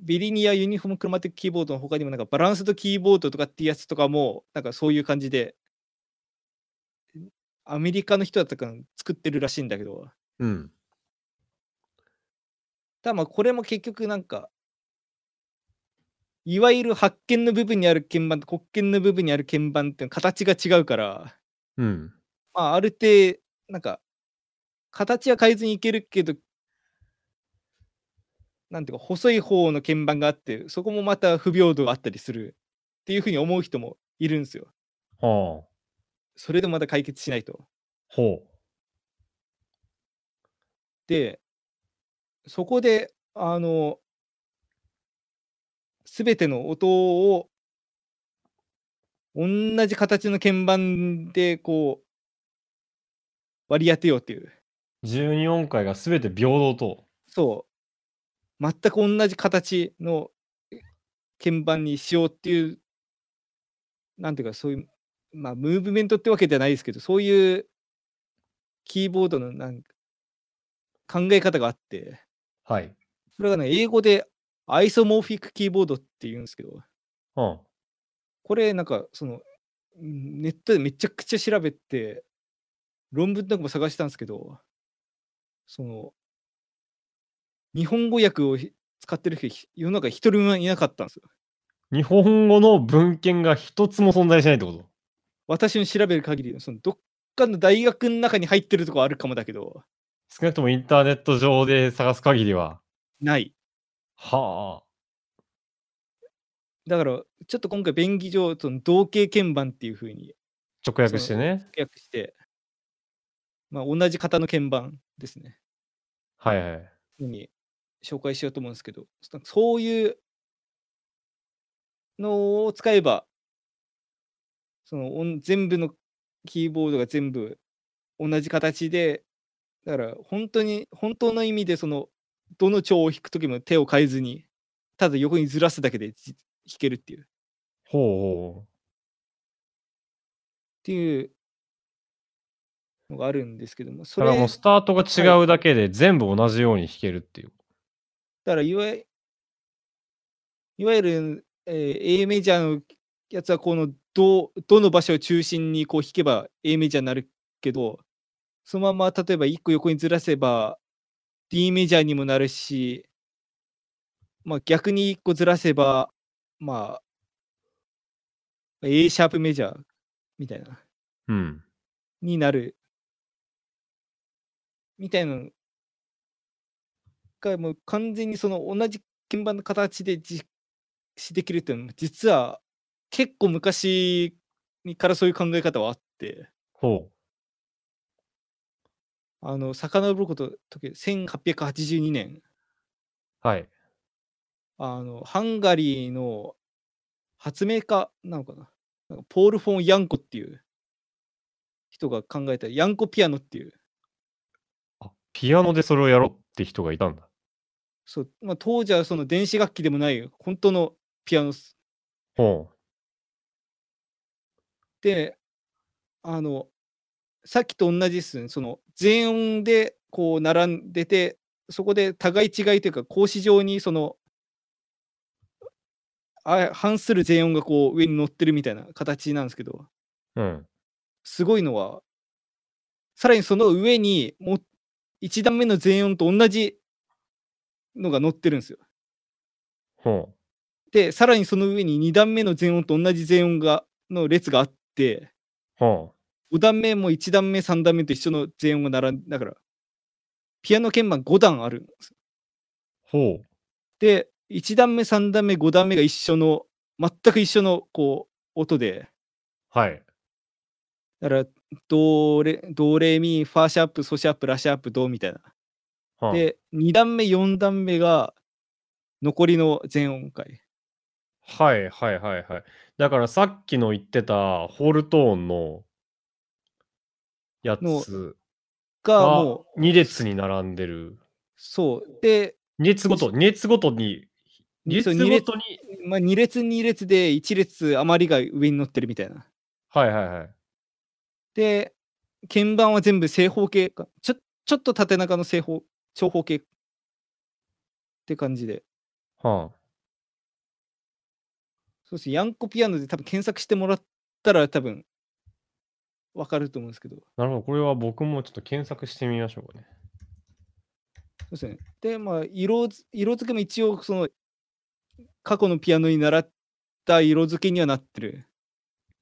S1: ビリニアユニフォームクロマティックキーボードの他にもなんかバランスドキーボードとかっていうやつとかもなんかそういう感じでアメリカの人だったから作ってるらしいんだけど。
S2: うん。
S1: ただまあこれも結局なんかいわゆる発見の部分にある鍵盤と国権の部分にある鍵盤っていうのは形が違うから、
S2: うん。
S1: まあ、ある程度なんか形は変えずにいけるけど、なんていうか、細い方の鍵盤があって、そこもまた不平等があったりするっていうふうに思う人もいるんですよ。
S2: はあ。
S1: それでもまた解決しないと。
S2: ほ
S1: で、そこで、あの、すべての音を、同じ形の鍵盤で、こう、割り当てようっていう。
S2: う。12音階が全て平等と。
S1: そう。全く同じ形のえ鍵盤にしようっていう、なんていうか、そういう、まあ、ムーブメントってわけじゃないですけど、そういうキーボードのなんか考え方があって、
S2: はい。
S1: それがね、英語でアイソモーフィックキーボードって言うんですけど、
S2: うん。
S1: これなんかそのんネットでめちゃくちゃ調べて論文とかも探したんですけどその日本語訳をひ使ってる人ひ世の中一人もいなかったんですよ。
S2: 日本語の文献が一つも存在しないってこと
S1: 私の調べる限りそのどっかの大学の中に入ってるとこはあるかもだけど
S2: 少なくともインターネット上で探す限りは。
S1: ない。
S2: は
S1: だからちょっと今回便宜上その同型鍵盤っていうふうに
S2: あ。直訳してね。
S1: 訳して、まあ、同じ型の鍵盤ですね。
S2: はいはい。
S1: ふうに紹介しようと思うんですけど、そそういうのを使えば、そのおん全部のキーボードが全部同じ形で、だから本当に、本当の意味で、その、どの蝶を弾くときも手を変えずに、ただ横にずらすだけでじ弾けるっていう、っ
S2: ほうほう。
S1: ていうのがあるんですけども、そ
S2: だ
S1: れ
S2: からもうスタートが違うだけで全部同じように弾けるっていう。
S1: だからいわゆいわゆる、えー A メジャーのやつはこのどどの場所を中心にこう弾けば A メジャーになるけどそのまま例えば1個横にずらせば D メジャーにもなるし、まあ、逆に1個ずらせば、まあ、A シャープメジャーみたいな
S2: うん。
S1: になるみたいなのがもう完全にその同じ鍵盤の形で実施できるっていうのも実は結構昔にからそういう考え方はあって
S2: ほう。
S1: あの遡ること時1882年
S2: はい。
S1: あのハンガリーの発明家なのかななんかポール・フォン・ヤンコっていう人が考えたヤンコピアノっていう
S2: あ、ピアノでそれをやろうって人がいたんだ。
S1: そうまあ、当時はその電子楽器でもない本当のピアノっす
S2: ほ
S1: であのさっきと同じですねその全音でこう並んでてそこで互い違いというか格子状にそのあ反する全音がこう上に乗ってるみたいな形なんですけど
S2: う。うん。
S1: すごいのはさらにその上にもう1段目の全音と同じのが乗ってるんですよ。
S2: ほ
S1: でさらにその上に2段目の全音と同じ全音がの列があって
S2: う。ほ
S1: 5段目も1段目3段目と一緒の全音が並んだからピアノ鍵盤5段あるんです
S2: う。ほう。
S1: で1段目3段目5段目が一緒の全く一緒のこう音で
S2: はい。
S1: だからドレドレミファーシャープソシャープラシャープドみたいな
S2: はあ、
S1: で2段目4段目が残りの全音階
S2: はいはいはいはい。だからさっきの言ってたホルトーンのや
S1: の
S2: つ
S1: が
S2: が
S1: もう
S2: 2列に並んでる。
S1: そうで
S2: 2列ごと、2列ごとに、2
S1: そ
S2: 列
S1: う二
S2: ご
S1: 列
S2: とに、
S1: まあ、2列2列で1列余りが上に乗ってるみたいな。
S2: はいはいはい。
S1: で、鍵盤は全部正方形か。ちょちょっと縦長の正方、長方形って感じで。
S2: は
S1: そうですヤンコピアノで多分検索してもらったら多分わかると思うんですけど。そ
S2: あ、なるほど、これは僕もちょっと検索してみましょうかね。
S1: うですね。で、まあ、色づ、色付けも一応その過去のピアノに習った色付けにはなってる。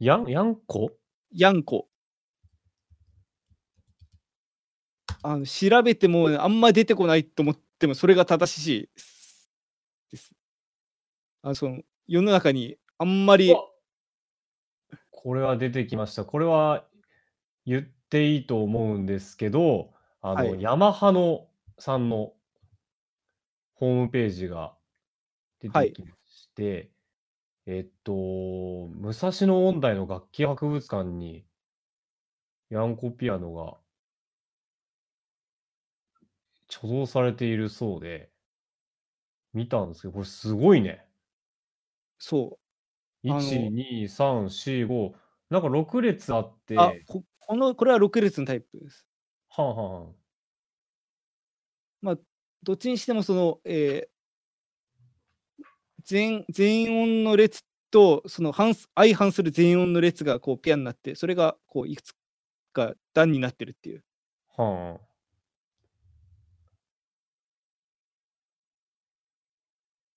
S2: やん、やんこ
S1: ヤンコ。あの調べてもあんま出てこないと思ってもそれが正しいです。あのその世の中にあんまり
S2: うわこれは出てきました。これは言っていいと思うんですけど、あの、
S1: はい
S2: ヤマハのさんのホームページが出
S1: は
S2: て
S1: い
S2: きまして、えっと、武蔵野音大の楽器博物館にヤンコピアノが貯蔵されているそうで、見たんですけど、これすごいね。
S1: そあの
S2: 1、2、3、4、5、なんか6列あって、
S1: う。あ
S2: はん
S1: ここのこれは6列のタイプです。
S2: はんはん。
S1: どっちにしてもその、えー全全音の列とその反す相反する全音の列がこうペアになってそれがこういくつか段になってるっていう。
S2: は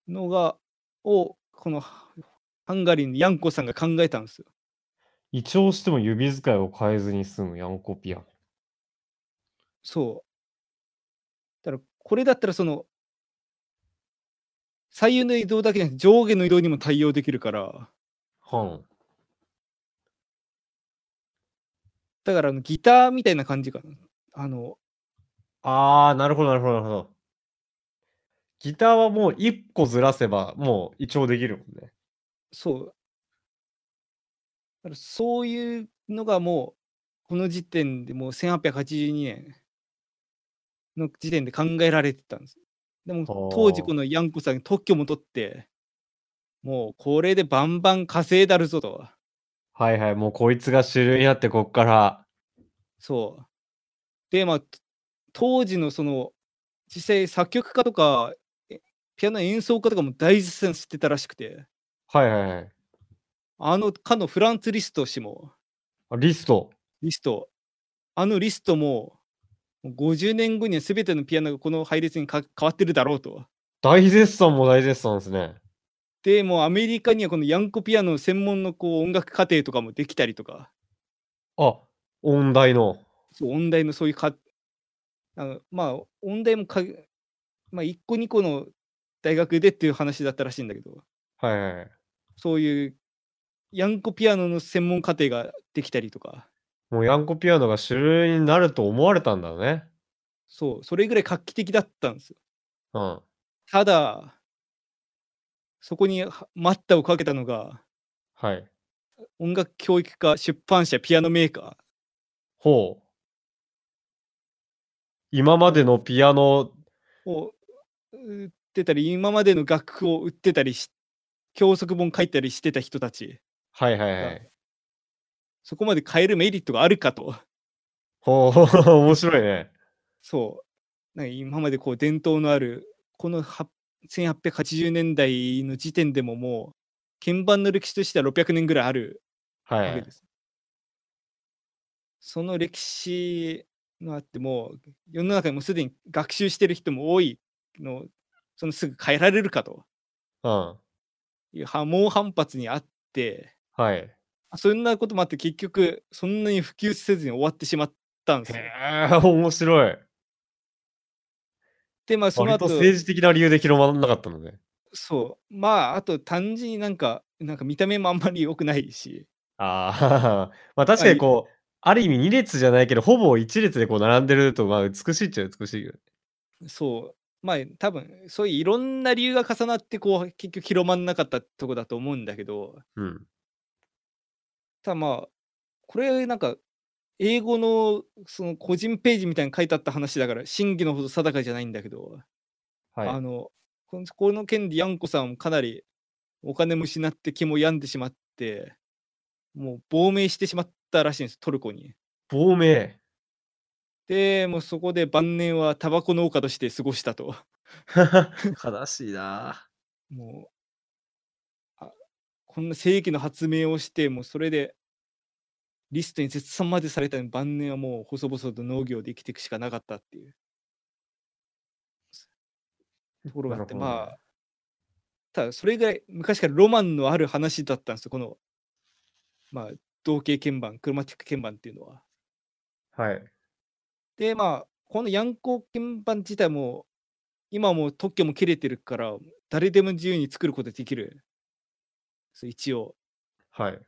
S1: のがをこのハハンガリーのヤンコさんが考えたんですよ。
S2: ん。一応しても指使いを変えずに済むヤンコピアノ。
S1: そう。だからこれだったらその左右の移動だけじゃなくて上下の移動にも対応できるから
S2: はん。
S1: だからあのギターみたいな感じかな。あの
S2: あー、なるほど、なるほど、なるほど。ギターはもう1個ずらせば、もう一応できるもんね。
S1: そう。だからそういうのがもうこの時点でもう1882年の時点で考えられてたんです。でも
S2: あー
S1: 当時このヤンコさん特許も取ってもうこれでバンバン稼いだるぞと。
S2: はいはい、もうこいつが主流になって、こっから。
S1: そう。で、まあ、と当時のその、実際作曲家とか、えピアノ演奏家とかも大絶賛してたらしくて、
S2: はいはいはい。
S1: あの、かのフランツ・リスト氏も、
S2: あリスト。
S1: リスト、あのリストも、もう50年後には全てのピアノがこの配列にか変わってるだろうと。
S2: 大絶賛も大絶賛ですね。
S1: で、もうアメリカにはこのヤンコピアノ専門のこう音楽課程とかもできたりとか、
S2: あ、音大の。
S1: そう音大のそういうかあのまあ音大もか、まあ、1個2個の大学でっていう話だったらしいんだけど
S2: はいはいはい。
S1: そういうヤンコピアノの専門課程ができたりとか
S2: もうヤンコピアノが主流になると思われたんだね。
S1: そうそれぐらい画期的だったんですよ
S2: うん。
S1: ただそこには待ったをかけたのが
S2: はい。
S1: 音楽教育科出版社ピアノメーカー
S2: ほう。今までのピアノ、
S1: を売ってたり今までの楽譜を売ってたりし教則本書いたりしてた人たち
S2: はいはいはい。
S1: そこまで変えるメリットがあるかと
S2: ほう、 面白いね。
S1: そう。なんか今までこう伝統のある、このは1880年代の時点でももう、鍵盤の歴史としては600年ぐらいある
S2: は
S1: わけ
S2: い
S1: で。す。その歴史のあってもう、世の中にもうすでに学習してる人も多いのを、そのすぐ変えられるかと
S2: うん。は
S1: いうは猛反発にあって、
S2: い。へ
S1: そんなこともあって結局、そんなに普及せずに終わってしまったんですよ。
S2: え、面白い。
S1: で、まあその
S2: 割と
S1: 後
S2: 政治的な理由で広まらなかったので。
S1: そう。まあ、あと単純になんか、なんか見た目もあんまり良くないし、
S2: ああ、 まあ確かにこう、ある意味2列じゃないけど、ほぼ1列でこう並んでると、まあ美しいっちゃ美しいよね。
S1: そう。まあ、多分、そういういろんな理由が重なって、こう、結局広まんなかったとこだと思うんだけど、
S2: うん。
S1: ただまあ、これなんか、英語のその個人ページみたいに書いてあった話だから、真偽のほど定かじゃないんだけど、
S2: はい。
S1: あの、このこの件でヤンコさんもかなりお金も失って気も病んでしまって、もう亡命してしまったらしいんです、トルコに。
S2: 亡命。
S1: で、もうそこで晩年はタバコ農家として過ごしたと。
S2: 悲しいな。
S1: もう、あこんな世紀の発明をして、もうそれで、リストに絶賛までされたのに晩年はもう細々と農業で生きていくしかなかったっていうところがあって、
S2: なるほどね
S1: まあ、ただそれぐらい昔からロマンのある話だったんですよ、この、まあ、同型鍵盤、クロマティック鍵盤っていうのは。
S2: はい。
S1: で、まあ、このヤンコ鍵盤自体も、今もう特許も切れてるから、誰でも自由に作ることできる。そう、一応。
S2: はい。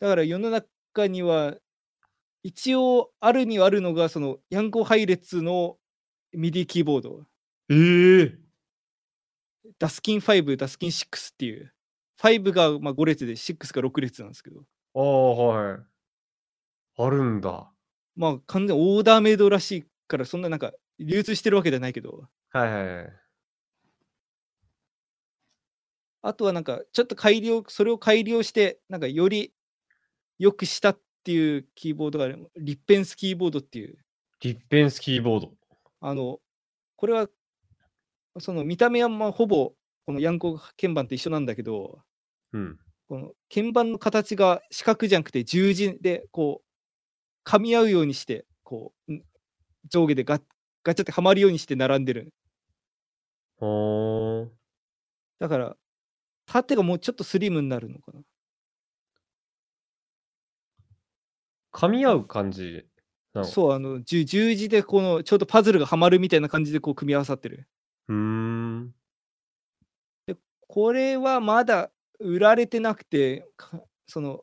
S1: だから世の中には、一応あるにはあるのが、そのヤンコ配列のミディキーボード。
S2: ええ
S1: ダスキン5、ダスキン6っていう。5がまあ5列で6が6列なんですけど。
S2: ああ、はい。あるんだ。
S1: まあ完全オーダーメイドらしいから、そんななんか流通してるわけじゃないけど。
S2: はいはいはい。
S1: あとはなんかちょっと改良、それを改良して、なんかより良くしたっていうキーボードがある。リッペンスキーボードっていう。
S2: リッペンスキーボード。
S1: あの、これは、その見た目はまあほぼこのヤンコ鍵盤と一緒なんだけど、
S2: うん。
S1: この鍵盤の形が四角じゃなくて十字でこう噛み合うようにしてこうん上下でガッガチャってはまるようにして並んでる
S2: ほー。
S1: だから縦がもうちょっとスリムになるのかな
S2: 噛み合う感じなの
S1: そうあの十十字でこのちょうどパズルがはまるみたいな感じでこう組み合わさってる
S2: う。うーん。
S1: これはまだ売られてなくてかその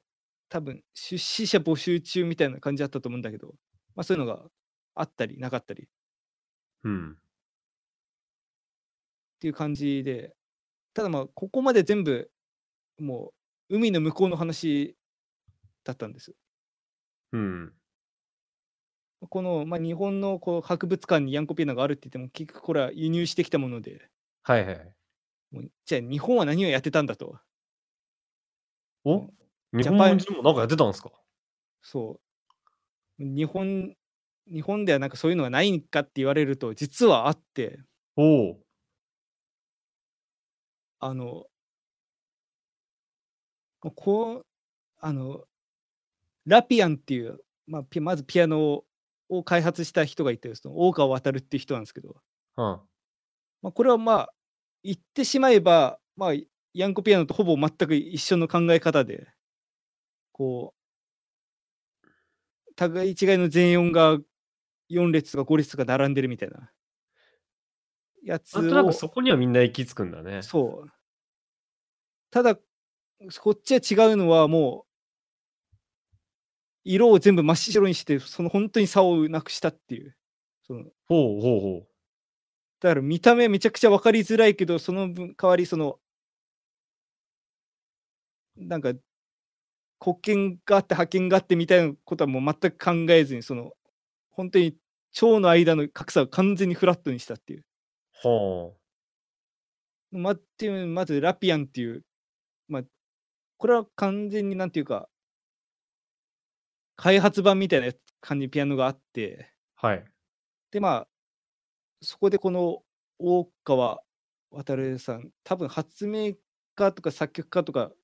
S1: 多分出資者募集中みたいな感じだったと思うんだけど、まあ、そういうのがあったりなかったり
S2: うん。
S1: っていう感じで、ただまあ、ここまで全部、もう、海の向こうの話だったんですよ。
S2: うん。
S1: この、まあ、日本のこう博物館にヤンコピーナがあるって言っても、結局これは輸入してきたもので、
S2: はいはい。
S1: もうじゃあ日本は何をやってたんだと。
S2: お日
S1: ジャパン
S2: 本人もなんかやってたんですか
S1: そう。日本、日本ではなんかそういうのがないんかって言われると、実はあって、
S2: おおー。
S1: あの、まあこう、あの、ラピアンっていう、まあ、ピまずピアノを開発した人がいて、その大川渡るっていう人なんですけど、
S2: うん。
S1: まあ、これはまあ、言ってしまえば、まあ、ヤンコピアノとほぼ全く一緒の考え方で、こう、互い違いの全音が4列とか5列とか並んでるみたいなやつ
S2: な
S1: を。
S2: んとなくそこにはみんな行き着くんだね。
S1: そう。ただ、こっちは違うのはもう、色を全部真っ白にして、その本当に差をなくしたっていう。その
S2: ほうほうほう。
S1: だから見た目めちゃくちゃ分かりづらいけど、その分代わりその、なんか、国権があって覇権があってみたいなことはもう全く考えずに、その、本当に腸の間の格差を完全にフラットにしたっていう。
S2: は
S1: まっていうまずラピアンっていう、まあ、これは完全になんていうか、開発版みたいな感じにピアノがあって、
S2: あ。はい。
S1: で、まあ、そこでこの大川渉さん、多分発明家とか作曲家とかっ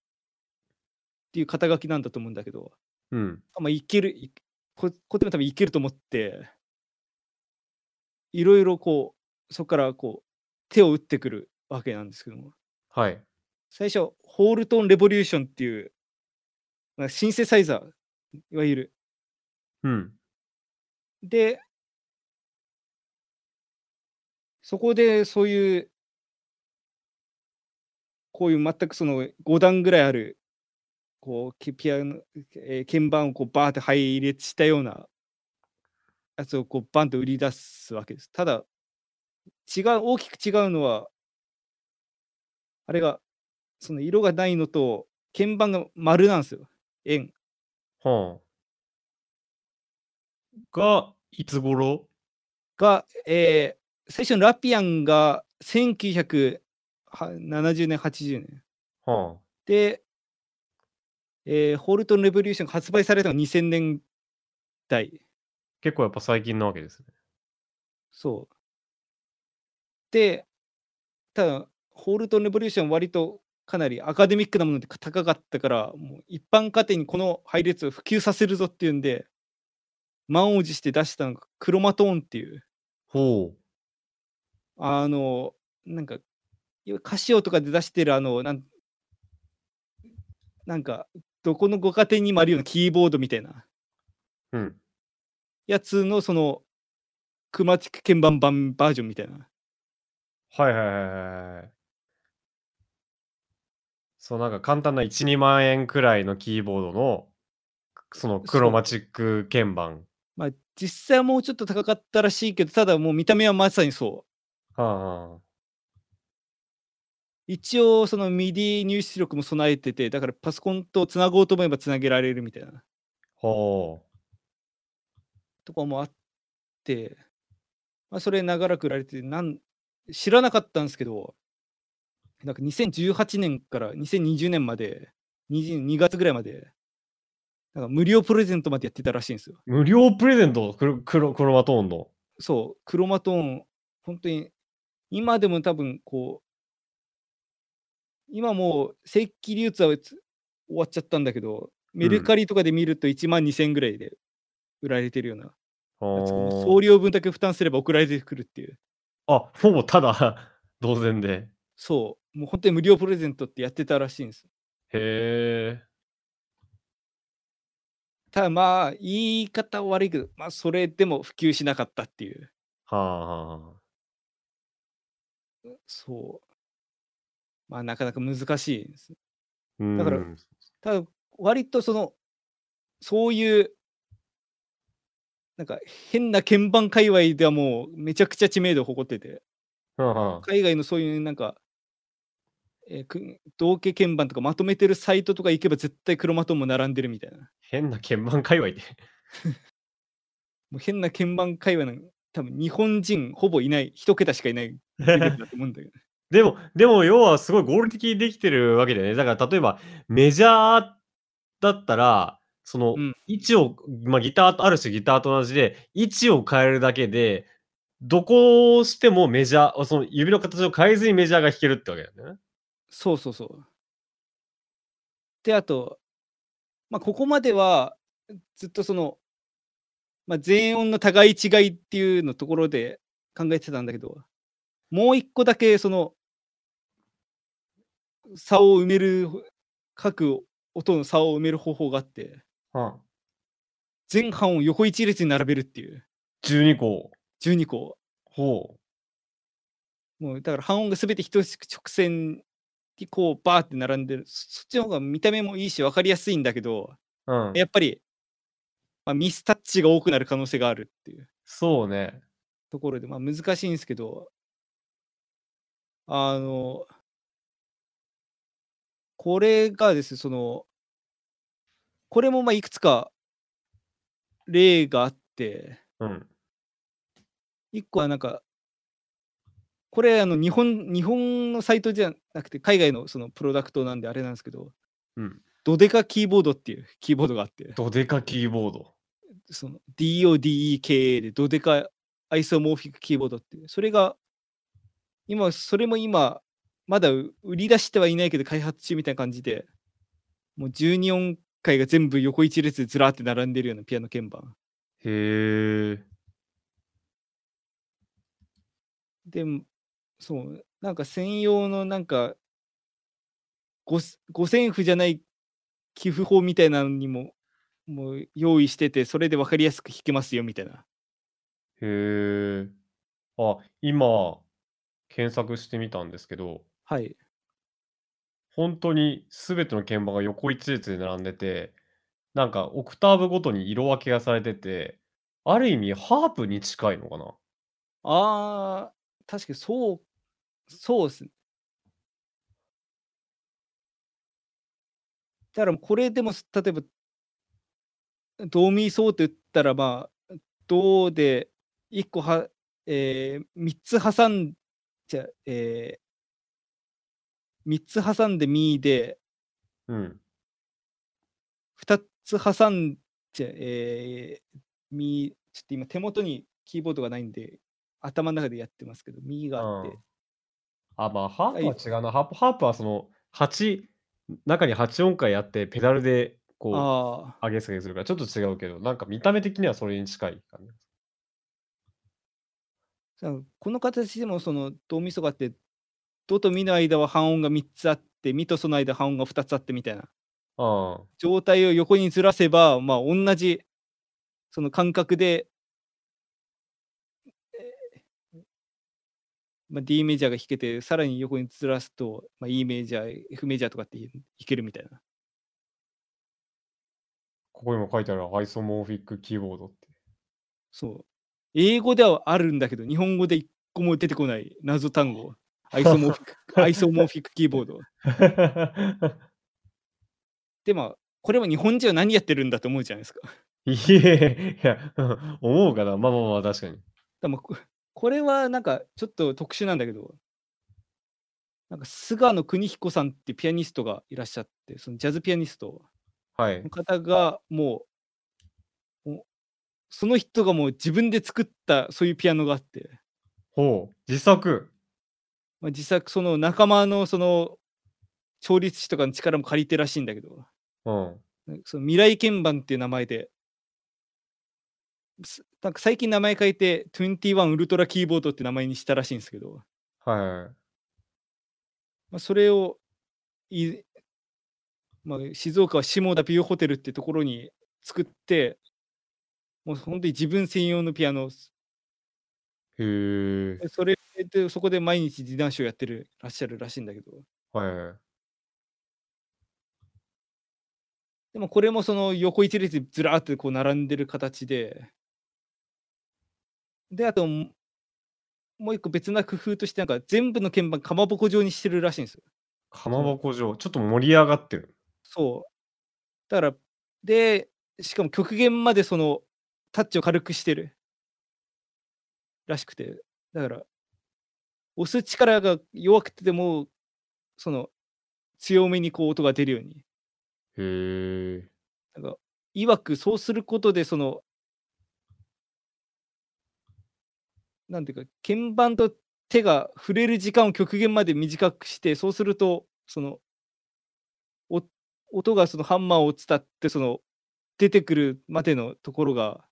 S1: ていう肩書きなんだと思うんだけど、
S2: うん。
S1: まあ、いける、いここっちも多分いけると思って、いろいろこう、そこからこう、手を打ってくるわけなんですけども。
S2: はい。
S1: 最初、ホールトーンレボリューションっていう、まあ、シンセサイザー、いわゆる。
S2: うん。
S1: で、そこでそういう、こういう全くその5段ぐらいある、こう、けピアノ、えー鍵盤をこうバーって配列したようなやつをこうバンと売り出すわけです。ただ、違う、大きく違うのは、あれが、その色がないのと、鍵盤が丸なんですよ。円。
S2: はあ。が、いつ頃
S1: が、えー最初のラピアンが1970年、80年。
S2: は
S1: で、えーホールトン・レボリューションが発売されたのが2000年代。
S2: あ。結構やっぱ最近なわけですね。
S1: そう。で、ただ、ホールトン・レボリューションは割とかなりアカデミックなもので高かったから、もう一般家庭にこの配列を普及させるぞっていうんで、満を持して出したのがクロマトーンっていう。
S2: ほう。
S1: あの、なんか、いわカシオとかで出してる、あの、なんなんか、どこのご家庭にもあるようなキーボードみたいな
S2: うん。
S1: やつの、その、クマチック鍵盤版バージョンみたいな。
S2: はいはいはいはいはい。そう、なんか簡単な1、2万円くらいのキーボードの、そのクロマチック鍵盤。
S1: まあ、実際はもうちょっと高かったらしいけど、ただもう見た目はまさにそう。
S2: はあは
S1: 一応、その MIDI 入出力も備えてて、だからパソコンとつなごうと思えばつなげられるみたいな
S2: あ。ほ
S1: とこもあって、まあ、それ長らく売られててなん、知らなかったんですけど、なんか2018年から2020年まで、20 2月ぐらいまで、なんか無料プレゼントまでやってたらしいんですよ。
S2: う。無料プレゼント、クロクロクロマトーンの。
S1: そう、クロマトーン、本当に、今でも多分こう、今もう正規流通はつ終わっちゃったんだけど、メルカリとかで見ると1万2000ぐらいで売られてるような、
S2: は
S1: やつがもう
S2: あ
S1: 送料分だけ負担すれば送られてくるっていう、
S2: あ、ほぼただ、 同然で。
S1: そう、もう本当に無料プレゼントってやってたらしいんです。
S2: へえ。
S1: ただまあ、言い方は悪いけど、まあ、それでも普及しなかったっていう、
S2: はあはあはあ。
S1: そう。まあ、なかなか難しいです。
S2: うん
S1: だからただ割とそのそういうなんか変な鍵盤界隈ではもうめちゃくちゃ知名度を誇ってて
S2: はあはあ
S1: 海外のそういうなんか、えーく同系鍵盤とかまとめてるサイトとか行けば絶対クロマトーンも並んでるみたいな
S2: 変な鍵盤界隈で。
S1: もう変な鍵盤界隈なんか多分日本人ほぼいない一桁しかいない レベルだと思うんだけど
S2: でも、でも要はすごい合理的にできてるわけだよね。だから例えばメジャーだったら、その
S1: うん
S2: 位置を、まあギターと、ある種ギターと同じで、位置を変えるだけで、どこをしてもメジャー、その指の形を変えずにメジャーが弾けるってわけだよね。
S1: そうそうそうであとまあここまではずっとその、まあ、全音の互い違いっていうのところで考えてたんだけどもう一個だけその差を埋める各音の差を埋める方法があって
S2: はあ、
S1: 前半を横一列に並べるっていう
S2: 12個。
S1: 12個を
S2: ほ
S1: もうだから半音が全て等しく直線にこうバーって並んでるそそっちの方が見た目もいいし分かりやすいんだけど
S2: う。うん。
S1: やっぱり、まあ、ミスタッチが多くなる可能性があるっていう
S2: そうね。
S1: ところで、まあ、難しいんですけど、あの、これがですその、これもまあいくつか例があって、
S2: うん。
S1: 一個はなんか、これあの日本、日本のサイトじゃなくて、海外のそのプロダクトなんであれなんですけど、
S2: うん。
S1: ドデカキーボードっていうキーボードがあって。
S2: ドデカキーボード。
S1: その DODEKA でドデカアイソモーフィックキーボードっていうそれが今それも今まだ売売り出してはいないけど開発中みたいな感じでもう12音階が全部横一列でずらーって並んでるようなピアノ鍵盤
S2: へえ。
S1: でそうなんか専用のなんか五五線譜じゃない寄付法みたいなのにももう用意しててそれで分かりやすく弾けますよみたいな
S2: へえ。あ、今、検索してみたんですけど、
S1: はい
S2: 本当に全ての鍵盤が横一列で並んでて、なんかオクターブごとに色分けがされてて、ある意味ハープに近いのかな
S1: ああ、確かにそう、そうですね。だからこれでもす、例えば、ドミソって言ったら、まあ、ドで1個は、えー、3つ挟んじゃ、えー、3つ挟んでミで、
S2: うん。
S1: 2つ挟んじゃ、えー、ミちょっと今手元にキーボードがないんで、頭の中でやってますけど、ミがあって、
S2: うんあ、まあ、ハ
S1: はい
S2: ープは違うな。ハープハープはその、8、中に8音階やって、ペダルでこ
S1: ああ、
S2: う、上げ下げするから、ちょっと違うけど、なんか見た目的にはそれに近い感じ。
S1: じゃあこの形でもそのドミソがあって、ドとミの間は半音が3つあって、ミとソの間半音が2つあってみたいな
S2: あ
S1: 状態を横にずらせば、まあ同じその感覚で、まあ、D メジャーが弾けて、さらに横にずらすと、まあ、E メジャー、F メジャーとかって弾けるみたいな。
S2: ここにも書いてあるアイソモーフィックキーボードって。
S1: そう。英語ではあるんだけど、日本語で一個も出てこない謎単語。アイソモーフィック、アイソモーフィックキーボード。で、まあ、これは日本人は何やってるんだと思うじゃないですか。だ か
S2: いえ、いや、うん思うかな。まあまあまあ、確かに。
S1: らまあここれはなんかちょっと特殊なんだけど、なんか菅野邦彦さんってピアニストがいらっしゃって、そのジャズピアニスト。
S2: はい
S1: の。方がもうおその人がもう自分で作ったそういうピアノがあって、
S2: ほう。自作。
S1: まあ、自作その仲間のその調律師とかの力も借りてらしいんだけど
S2: うん。
S1: なんかその未来鍵盤っていう名前ですなんか最近名前変えて21ウルトラキーボードって名前にしたらしいんですけど、
S2: は
S1: まあ、それをい、まあ、静岡は下田ビューホテルってところに作ってもう本当に自分専用のピアノ
S2: い。へえ。
S1: でそれで、そこで毎日ディナーショーやってるらっしゃるらしいんだけど、
S2: はい。
S1: でもこれもその横一列でずらーっとこう並んでる形で、で、あとも、もう一個別な工夫として、なんか全部の鍵盤かまぼこ状にしてるらしいんですよ。
S2: かまぼこ状。ちょっと盛り上がってる。
S1: そう。だから、で、しかも極限までそのタッチを軽くしてるらしくて、だから、押す力が弱くても、その強めにこう音が出るように。
S2: へえ。
S1: なんか、曰くそうすることで、その、なんていうか、鍵盤と手が触れる時間を極限まで短くして、そうすると、その、お音がそのハンマーを伝って、その、出てくるまでのところが、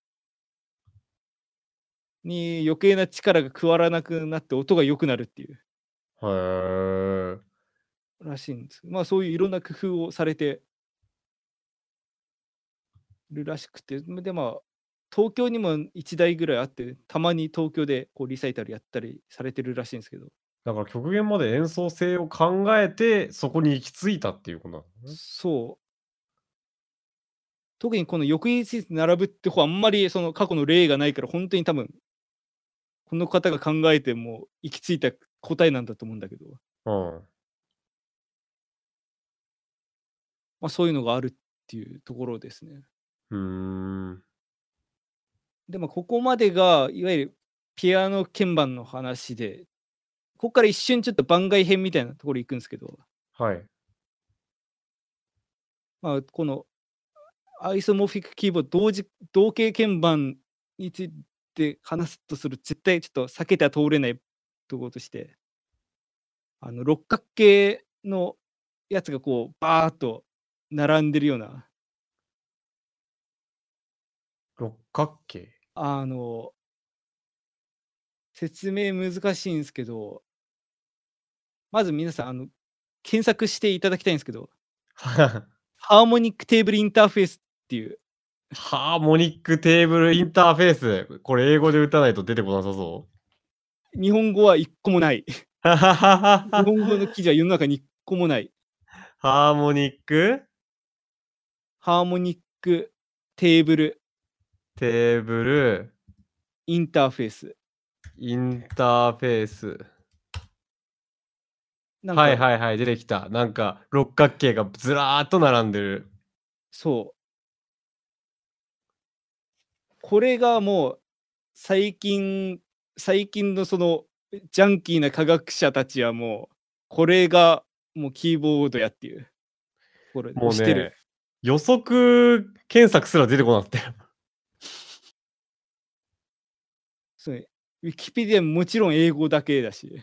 S1: に余計な力が加わらなくなって音が良くなるっていう
S2: へえ。
S1: らしいんです。まあそういういろんな工夫をされてるらしくて、でまあ東京にも1台ぐらいあって、たまに東京でこうリサイタルやったりされてるらしいんですけど、
S2: だから極限まで演奏性を考えて、そこに行き着いたっていうことなのね。
S1: そう。特にこの翌日に並ぶって方はあんまりその過去の例がないから、本当に多分、この方が考えても行き着いた答えなんだと思うんだけど、
S2: うん。
S1: まあ、そういうのがあるっていうところですね。
S2: うーん。
S1: でもここまでがいわゆるピアノ鍵盤の話でここから一瞬ちょっと番外編みたいなところ行くんですけど、
S2: はい。
S1: まあ、このアイソモフィックキーボード同時同型鍵盤について話すとする絶対ちょっと避けては通れないところとしてあの六角形のやつがこうバーッと並んでるような
S2: 六角形。
S1: あの、説明難しいんですけど、まず皆さん、あの、検索していただきたいんですけど、
S2: ハ
S1: ハーモニックテーブルインターフェースっていう、
S2: ーモニックテーブルインターフェース。これ英語で打たないと出てこなさそう。
S1: 日本語は一個もない。日
S2: ハ
S1: 本語の記事は世の中に一個もない。
S2: ーモニック
S1: ハーモニックテーブル
S2: テーブル
S1: インターフェース。
S2: インターフェース。
S1: なん
S2: はい
S1: か、
S2: はいはい、出てきた。なんか六角形がずらーっと並んでる。
S1: そう。これがもう、最近、最近のその、ジャンキーな科学者たちはもう、これがもうキーボードやっていう。これ、
S2: もう
S1: してる
S2: ね。、予測検索すら出てこなく て。
S1: そうねウィキペディアももちろん英語だけだし。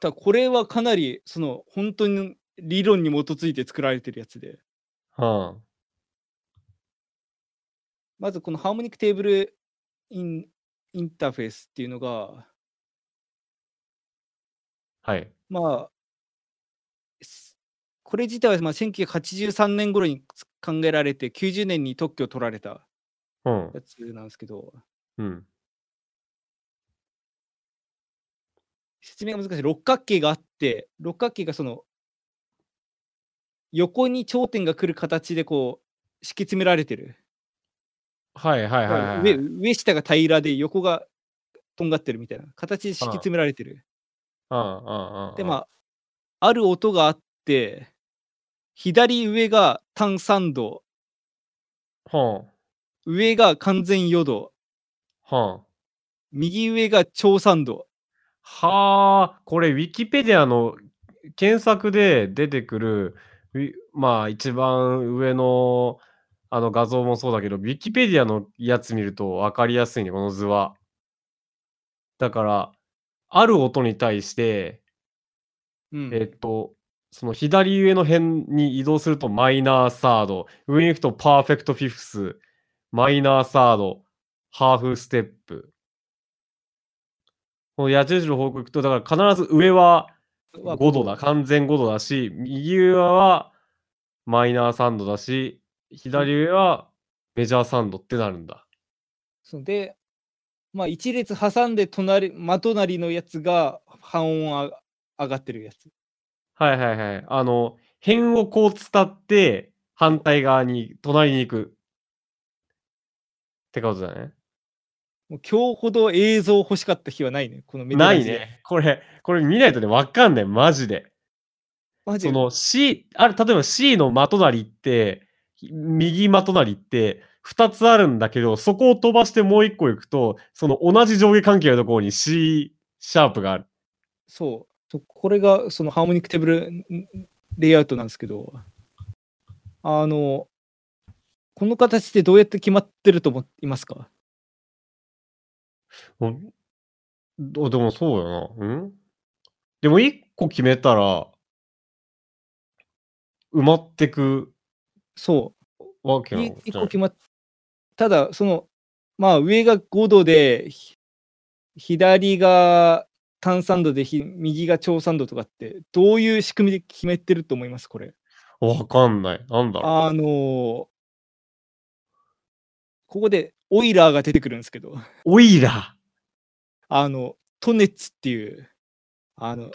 S1: ただ、これはかなり、その、本当に理論に基づいて作られてるやつで。
S2: は
S1: まずこのハーモニックテーブルインインターフェースっていうのが、
S2: あ、はい。
S1: まあ、すこれ自体はまあ1983年頃につ考えられて、90年に特許を取られた
S2: うん。
S1: やつなんですけど、
S2: うん。
S1: 説明が難しい。六角形があって、六角形がその、横に頂点が来る形でこう、敷き詰められてる。
S2: はいはいはいはいはい。
S1: 上上下が平らで、横がとんがってるみたいな形で敷き詰められてる。
S2: うんうんうん。
S1: で、まあ、ある音があって、左上が単3度、
S2: あ。はん。
S1: 上が完全4度、
S2: はん。
S1: 右上が超3度。
S2: はあ、これ、ウィキペディアの検索で出てくる、ウィまあ、一番上のあの画像もそうだけど、ウィキペディアのやつ見ると分かりやすいね、この図は。だから、ある音に対して、
S1: うん
S2: えっと、その左上の辺に移動するとマイナーサード、上に行くとパーフェクトフィフス、マイナーサード、ハーフステップ。この矢印の方向行くと、だから必ず上は
S1: は
S2: 5度だ、完全5度だし、右上はマイナー3度だし、左上はメジャー3度ってなるんだ。
S1: そうで、まあ、一列挟んで隣、真隣のやつが半音あ上がってるやつ。
S2: はいはいはい。あの、辺をこう伝って、反対側に、隣に行く。ってことだね。
S1: もう今日ほど映像欲しかった日はないね。このメディア
S2: な
S1: ラ
S2: い
S1: ジオ。
S2: ね。これ、これ見ないとね、わかんない。マジで。
S1: マジ
S2: そ
S1: で。
S2: の C、あれ、例えば C の的なりって、右的なりって、2つあるんだけど、そこを飛ばしてもう1個行くと、その同じ上下関係のところに C シャープがある。
S1: そうそう。これがそのハーモニックテーブルんレイアウトなんですけど、あの、この形ってどうやって決まってると思いますか
S2: おどでもそうよな。うんでも1個決めたら、埋まってく
S1: そう。
S2: わけなの
S1: い
S2: じ
S1: 一
S2: ゃ
S1: 個
S2: ない
S1: 決まっただそのまあ上が5度でひ左が単3度でひ右が超3度とかってどういう仕組みで決めてると思いますこれ
S2: わかんない。なんだろう。
S1: あのーここでオイラーが出てくるんですけど
S2: オイラ
S1: あのトネッツっていうあの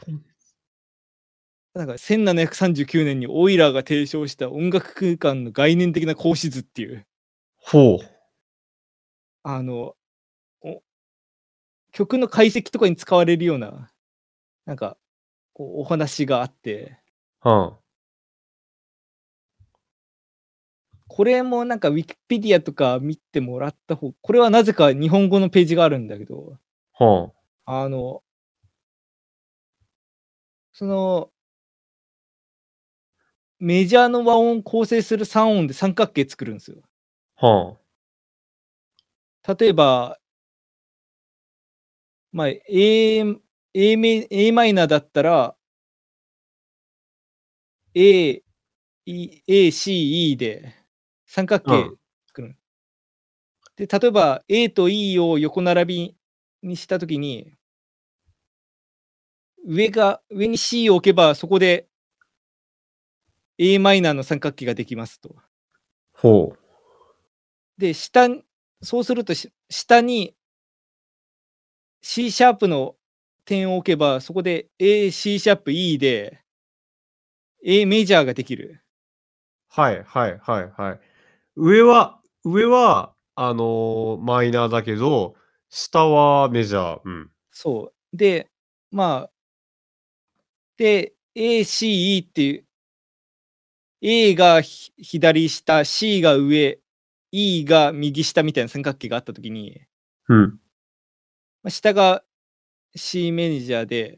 S1: なんか1739年にオイラーが提唱した音楽空間の概念的な格子図っていう
S2: ほう。
S1: あの、お曲の解析とかに使われるような、なんか、こうお話があって、
S2: うん。
S1: これもなんか Wikipedia とか見てもらった方、これはなぜか日本語のページがあるんだけど、
S2: は
S1: あの、その、メジャーの和音を構成する3音で三角形作るんですよ。
S2: あ、は
S1: 例えば、まあ、A, A, メ A マイナーだったら、A, E- A, C, E で三角形作る。で、例えば A と E を横並びにしたときに、上が、上に C を置けば、そこで A マイナーの三角形ができますと。
S2: あ、ほう。
S1: で、下に、そうするとし下に C シャープの点を置けば、そこで A、C シャープ、E で A メジャーができる。
S2: はいはいはいはい。上は、上は、あのーマイナーだけど、下はメジャー。うん。
S1: そう。で、まあ、で、A、C、E っていう、A がひ左下、C が上、E が右下みたいな三角形があったときに、
S2: うん。
S1: まあ下が C メジャーで、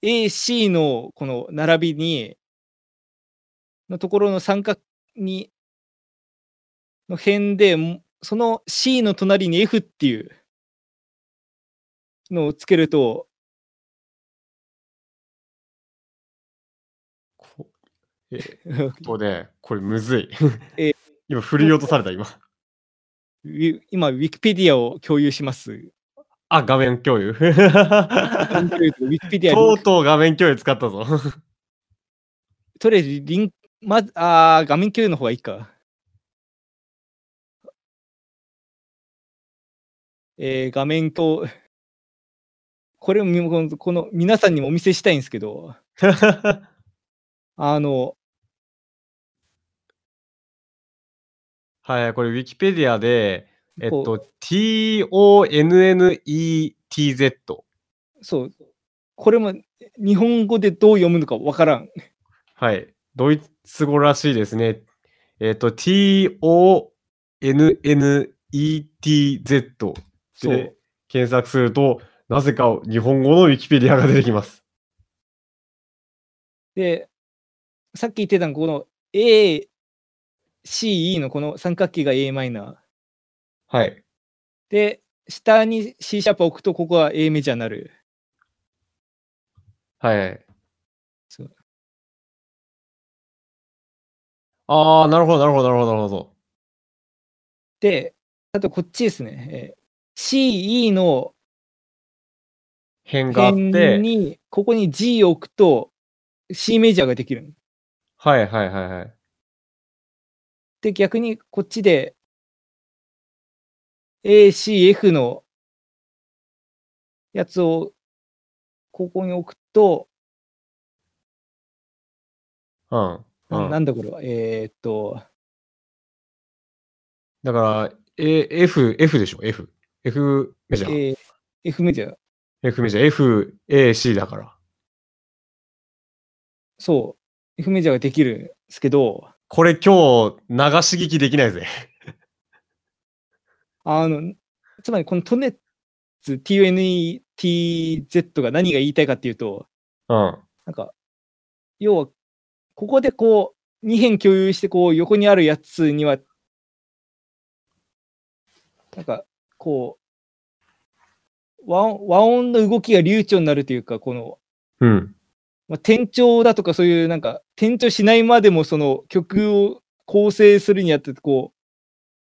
S1: AC のこの並びに、のところの三角に、の辺で、もその C の隣に F っていうのをつけると、
S2: こえっとね、これむずい
S1: え。
S2: 今、振り落とされた、今。
S1: ウィ今、Wikipedia を共有します。
S2: あ、画面共有。
S1: と う
S2: とう
S1: Wikipedia
S2: とう画面共有使ったぞ。
S1: とりあえずリンク、まず、あー画面共有の方がいいか。えー画面と、これもこのこの皆さんにもお見せしたいんですけど、あの、
S2: はい、これ、ウィキペディアで、えっ、
S1: こと
S2: tonnetz。
S1: そう、これも日本語でどう読むのかわからん。
S2: はい、ドイツ語らしいですね。えっと、tonnetz
S1: そ
S2: で
S1: う、
S2: 検索すると、なぜか日本語のウィキペディアが出てきます。
S1: で、さっき言ってたのこの A、C、E のこの三角形が a マイナー。
S2: はい。
S1: で、下に C シャープ置くと、ここは A メジャーになる。
S2: はい
S1: そう。
S2: ああ、なるほど、なるほど、なるほど、なるほど。
S1: で、あとこっちですね。えー C、E の
S2: 辺があって
S1: 辺、に、ここに G を置くと、C メジャーができる。
S2: はいはいはいはい。
S1: で、逆にこっちで、A、C、F のやつを、ここに置くと、
S2: うん。う
S1: なんなんだこれは、えーっと、
S2: だから、A、F、F でしょ、F。F メジャー。
S1: えー F メジャー。
S2: F メジャー。F、A、C だから。
S1: そう、F メジャーができるんですけど、
S2: これ今日、流し聞きできないぜ。
S1: あの、つまりこのトネッツ TUNETZ が何が言いたいかっていうと、
S2: うん。
S1: なんか、要は、ここでこう、2辺共有して、こう、横にあるやつには、なんか、こう、和音和音の動きが流暢になるというか、この、
S2: うん。
S1: まあ、転調だとかそういう、なんか、転調しないまでも、その曲を構成するにあって、こう、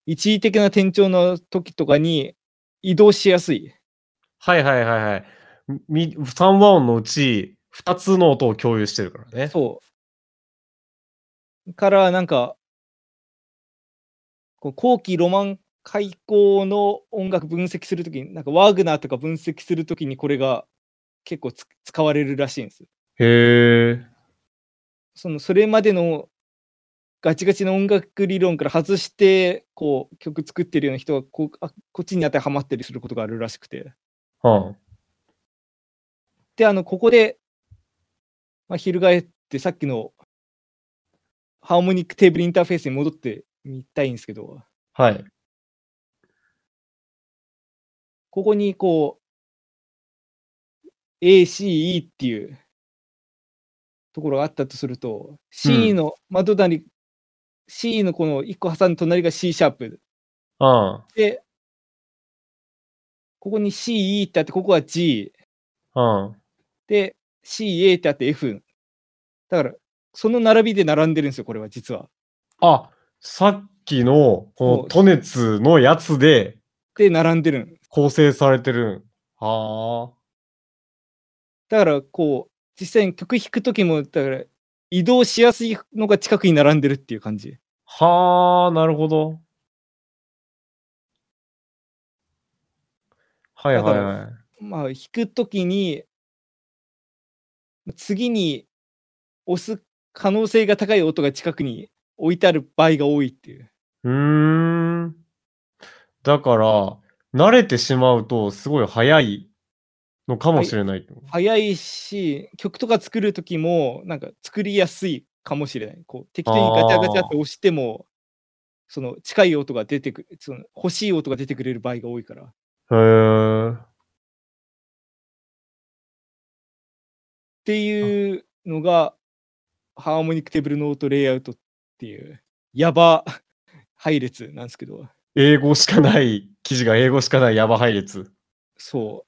S1: 一時的な転調の時とかに移動しやすい。
S2: はいはいはいはい。み3和音のうち、2つの音を共有してるからね。
S1: そう。から、なんか、こう後期ロマン開口の音楽分析するときに、なんかワーグナーとか分析するときにこれが結構つ使われるらしいんです。
S2: へえ。
S1: そのそれまでのガチガチの音楽理論から外してこう曲作ってるような人がこうあこっちに当てはまったりすることがあるらしくて。
S2: うん。
S1: で、あの、ここで、まあ、翻ってさっきのハーモニックテーブルインターフェースに戻ってみたいんですけど、
S2: はい。
S1: ここにこう、ACE っていうところがあったとすると、
S2: う
S1: C
S2: ん
S1: の窓なり、C のこの1個挟んで隣が C シャープ
S2: うん。
S1: で、ここに CE ってあって、ここは G。
S2: うん。
S1: で、CA ってあって F。だから、その並びで並んでるんですよ、これは実は。
S2: あ、さっきの、こ
S1: そう
S2: の、トネツのやつで
S1: で、並んでるん。
S2: 構成されてるん。は
S1: だから、こう、実際に曲弾くときも、だから、移動しやすいのが近くに並んでるっていう感じ。
S2: あ。はあ、なるほど。はいはいはい。
S1: まあ、弾くときに、次に押す可能性が高い音が近くに置いてある場合が多いっていう。
S2: うーん。だから、慣れてしまうと、すごい早いのかもしれない。
S1: 早いし曲とか作る時もなんか作りやすいかもしれないこう適当にガチャガチャって押してもその近い音が出てくるその欲しい音が出てくれる場合が多いから
S2: へえ。
S1: っていうのがハーモニックテーブルノートレイアウトっていうやば配列なんですけど
S2: 英語しかない、記事が英語しかないヤバ配列。
S1: そ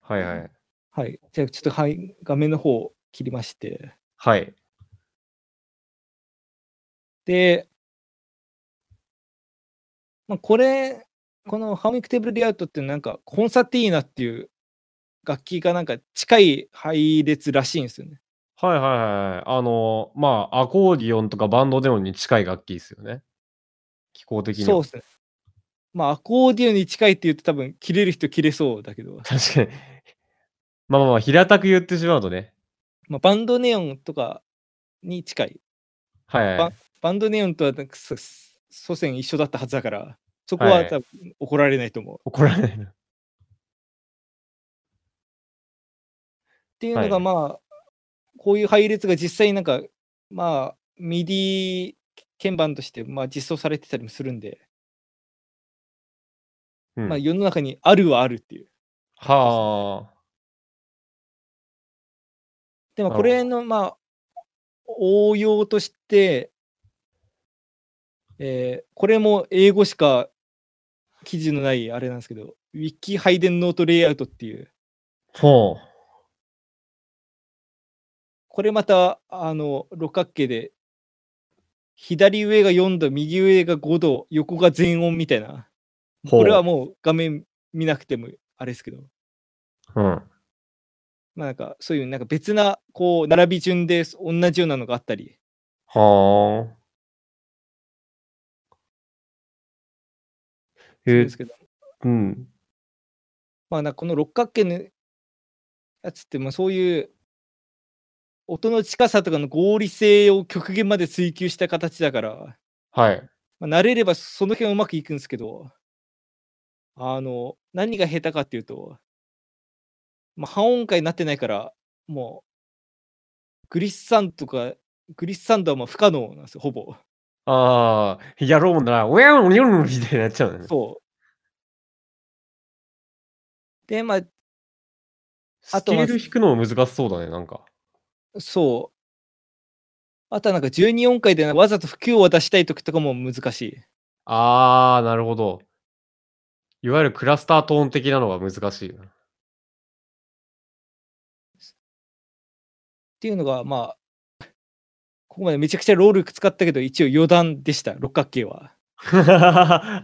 S2: はいはい。
S1: うはいじゃあちょっと、はい、画面の方を切りまして
S2: はい。
S1: で、まあ、これ、このハーモニックテーブルレイアウトってなんかコンサティーナっていう楽器がなんか近い配列らしいんですよね。
S2: はいはいはい。あの、まあ、アコーディオンとかバンドデオンに近い楽器ですよね。機構的には。
S1: そうですね。まあ、アコーディオンに近いって言うと多分、切れる人切れそうだけど、
S2: 確かに。まあまあまあ、平たく言ってしまうとね。
S1: まあ、バンドネオンとかに近い。
S2: はい、はい。
S1: バンドネオンとはなんかそ祖先一緒だったはずだから、そこは
S2: はい
S1: 多分怒られないと思う。っ
S2: 怒られないな。
S1: ていうのが、
S2: はい
S1: まあ、こういう配列が実際になんか、まあ、ミディ鍵盤としてまあ実装されてたりもするんで、
S2: うん
S1: まあ、世の中にあるはあるっていう。
S2: はあ。
S1: でも
S2: な
S1: こ
S2: るほど
S1: れのまあ応用として、えーこれも英語しか記事のないあれなんですけど、ウィキ配電ノートレイアウトっていう、
S2: ほう。
S1: これまたあの六角形で、左上が4度、右上が5度、横が全音みたいな、
S2: ほう
S1: これはもう画面見なくてもあれですけど、
S2: うん。
S1: まあなんかそういうなんか別なこう並び順で同じようなのがあったり、
S2: はあ。
S1: するん
S2: え
S1: ですけど、
S2: うん。
S1: まあ、なんかこの六角形のやつって、まあ、そういう音の近さとかの合理性を極限まで追求した形だから、
S2: はい。
S1: まあ、慣れればその辺うまくいくんですけど、あの、何が下手かっていうと、まあ、半音階になってないから、もう、グリッサンとか、グリッサンドはまあ不可能なんですよ、ほぼ。
S2: ああ、やろうもんなら、おやんおにょんみたいになっちゃうね。
S1: そう。で、まあ、
S2: ス
S1: あと
S2: ケ
S1: は
S2: ール弾くのも難しそうだね、なんか。
S1: そう。あとはなんか12音階でなんかわざと不協和出したい時とかも難しい。
S2: ああ、なるほど。いわゆるクラスタートーン的なのが難しいな。
S1: っていうのがまあ、ここまでめちゃくちゃロール使ったけど、一応余談でした、六角形は。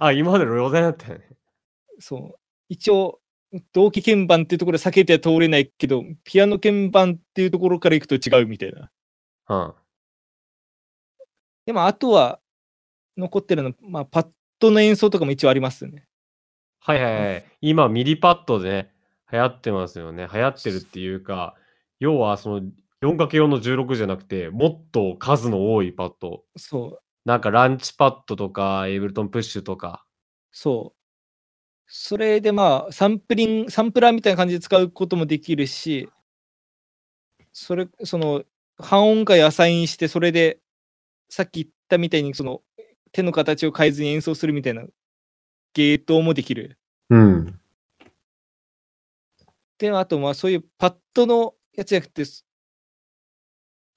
S2: あ、今までの余談だったよね。
S1: そう。一応、同期鍵盤っていうところは避けては通れないけど、ピアノ鍵盤っていうところから行くと違うみたいな。
S2: うん。
S1: でも、あとは残ってるの、まあ、パッドの演奏とかも一応ありますよね。
S2: はいはいはい。今、ミリパッドでね、流行ってますよね。流行ってるっていうか、要はその 4×4 の16じゃなくて、もっと数の多いパッド。
S1: そう。
S2: なんかランチパッドとか、エイブルトンプッシュとか。
S1: そう。それでまあ、サンプリング、サンプラーみたいな感じで使うこともできるし、それ、その、半音階アサインして、それで、さっき言ったみたいに、その、手の形を変えずに演奏するみたいな、ゲートもできる。
S2: うん。
S1: で、あと、まあ、そういうパッドのやつじゃなくて、す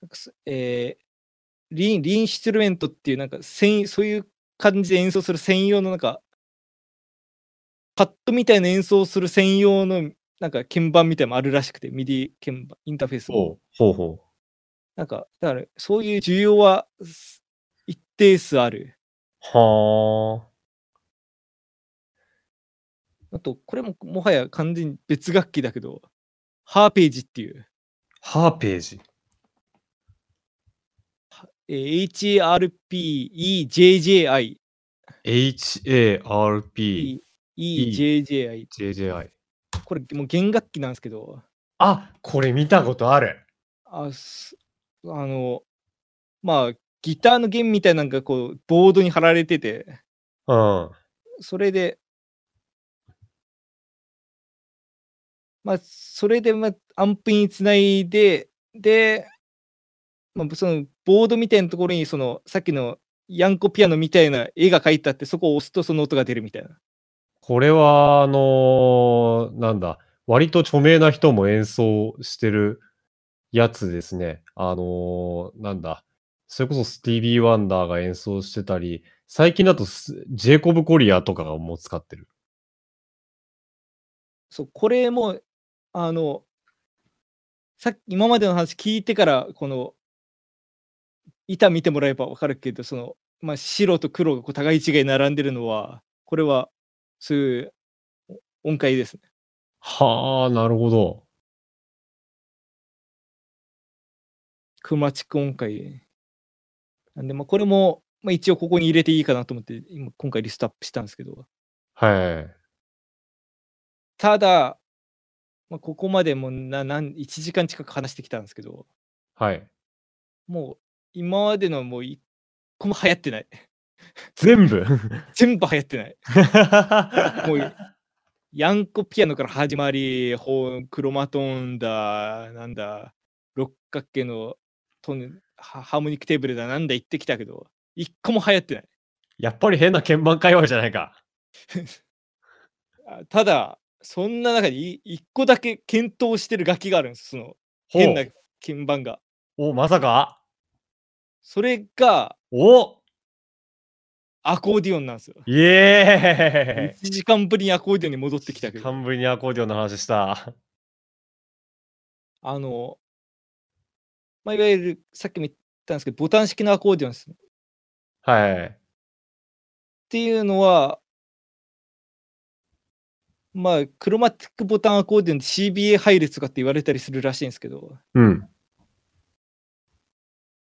S1: なんかすえーリン、リンシュトゥルメントっていう、なんか、専そういう感じで演奏する専用の、なんか、パッドみたいな演奏する専用の、なんか、鍵盤みたいなのもあるらしくて、ミディ鍵盤、インターフェースも。
S2: ほうほうほ
S1: なんか、だから、そういう需要はす一定数ある。
S2: う。は
S1: あと、これも、もはや完全に別楽器だけど、ハーページっていう、
S2: あ。ハーページ。
S1: えー HARPEJJI
S2: HARP。
S1: EJJI。
S2: JJI。
S1: これもう弦楽器なんですけど、
S2: あ、これ見たことある。
S1: あすあの、まあ、ギターの弦みたいなのがこう、ボードに貼られてて、
S2: うん。
S1: それで、まあ、それで、まあ、アンプにつないで、で、まあ、そのボードみたいなところに、その、さっきのヤンコピアノみたいな絵が描いてあって、そこを押すとその音が出るみたいな。
S2: これは、あのーなんだ、割と著名な人も演奏してるやつですね。あのーなんだ、それこそスティービー・ワンダーが演奏してたり、最近だとスジェイコブ・コリアとかがもう使ってる。
S1: そう、これも、あの、さっき今までの話聞いてから、この、板見てもらえば分かるけど、その、まあ、白と黒がこう互い違い並んでるのは、これは、そういう音階ですね。
S2: はあ、なるほど。
S1: クマチック音階。なんで、まあ、これも、まあ、一応ここに入れていいかなと思って、今今回リストアップしたんですけど、
S2: はい。
S1: ただ、まあ、ここまでもうななん1時間近く話してきたんですけど、
S2: はい。
S1: もう今までのもう一個も流行ってない。
S2: 全部
S1: 全部流行ってない。もうヤンコピアノから始まり、ほうクロマトーンだ、なんだ、六角形のトンハハーモニックテーブルだ、なんだ言ってきたけど、一個も流行ってない。
S2: やっぱり変な鍵盤界隈じゃないか。
S1: あただ、そんな中でい一個だけ検討してる楽器があるんです、その
S2: ほう
S1: 変な鍵盤が。
S2: お、まさか
S1: それが
S2: お
S1: アコーディオンなんですよ。
S2: イエ
S1: 1時間ぶりにアコーディオンに戻ってきた
S2: ー
S1: け
S2: イ
S1: ど、
S2: 半分にアコーディオンの話した。
S1: あの、まあ、いわゆるさっきも言ったんですけど、ボタン式のアコーディオンです。
S2: はい。
S1: っていうのは、まあ、クロマティックボタンアコーディオンって CBA 配列とかって言われたりするらしいんですけど、
S2: うん。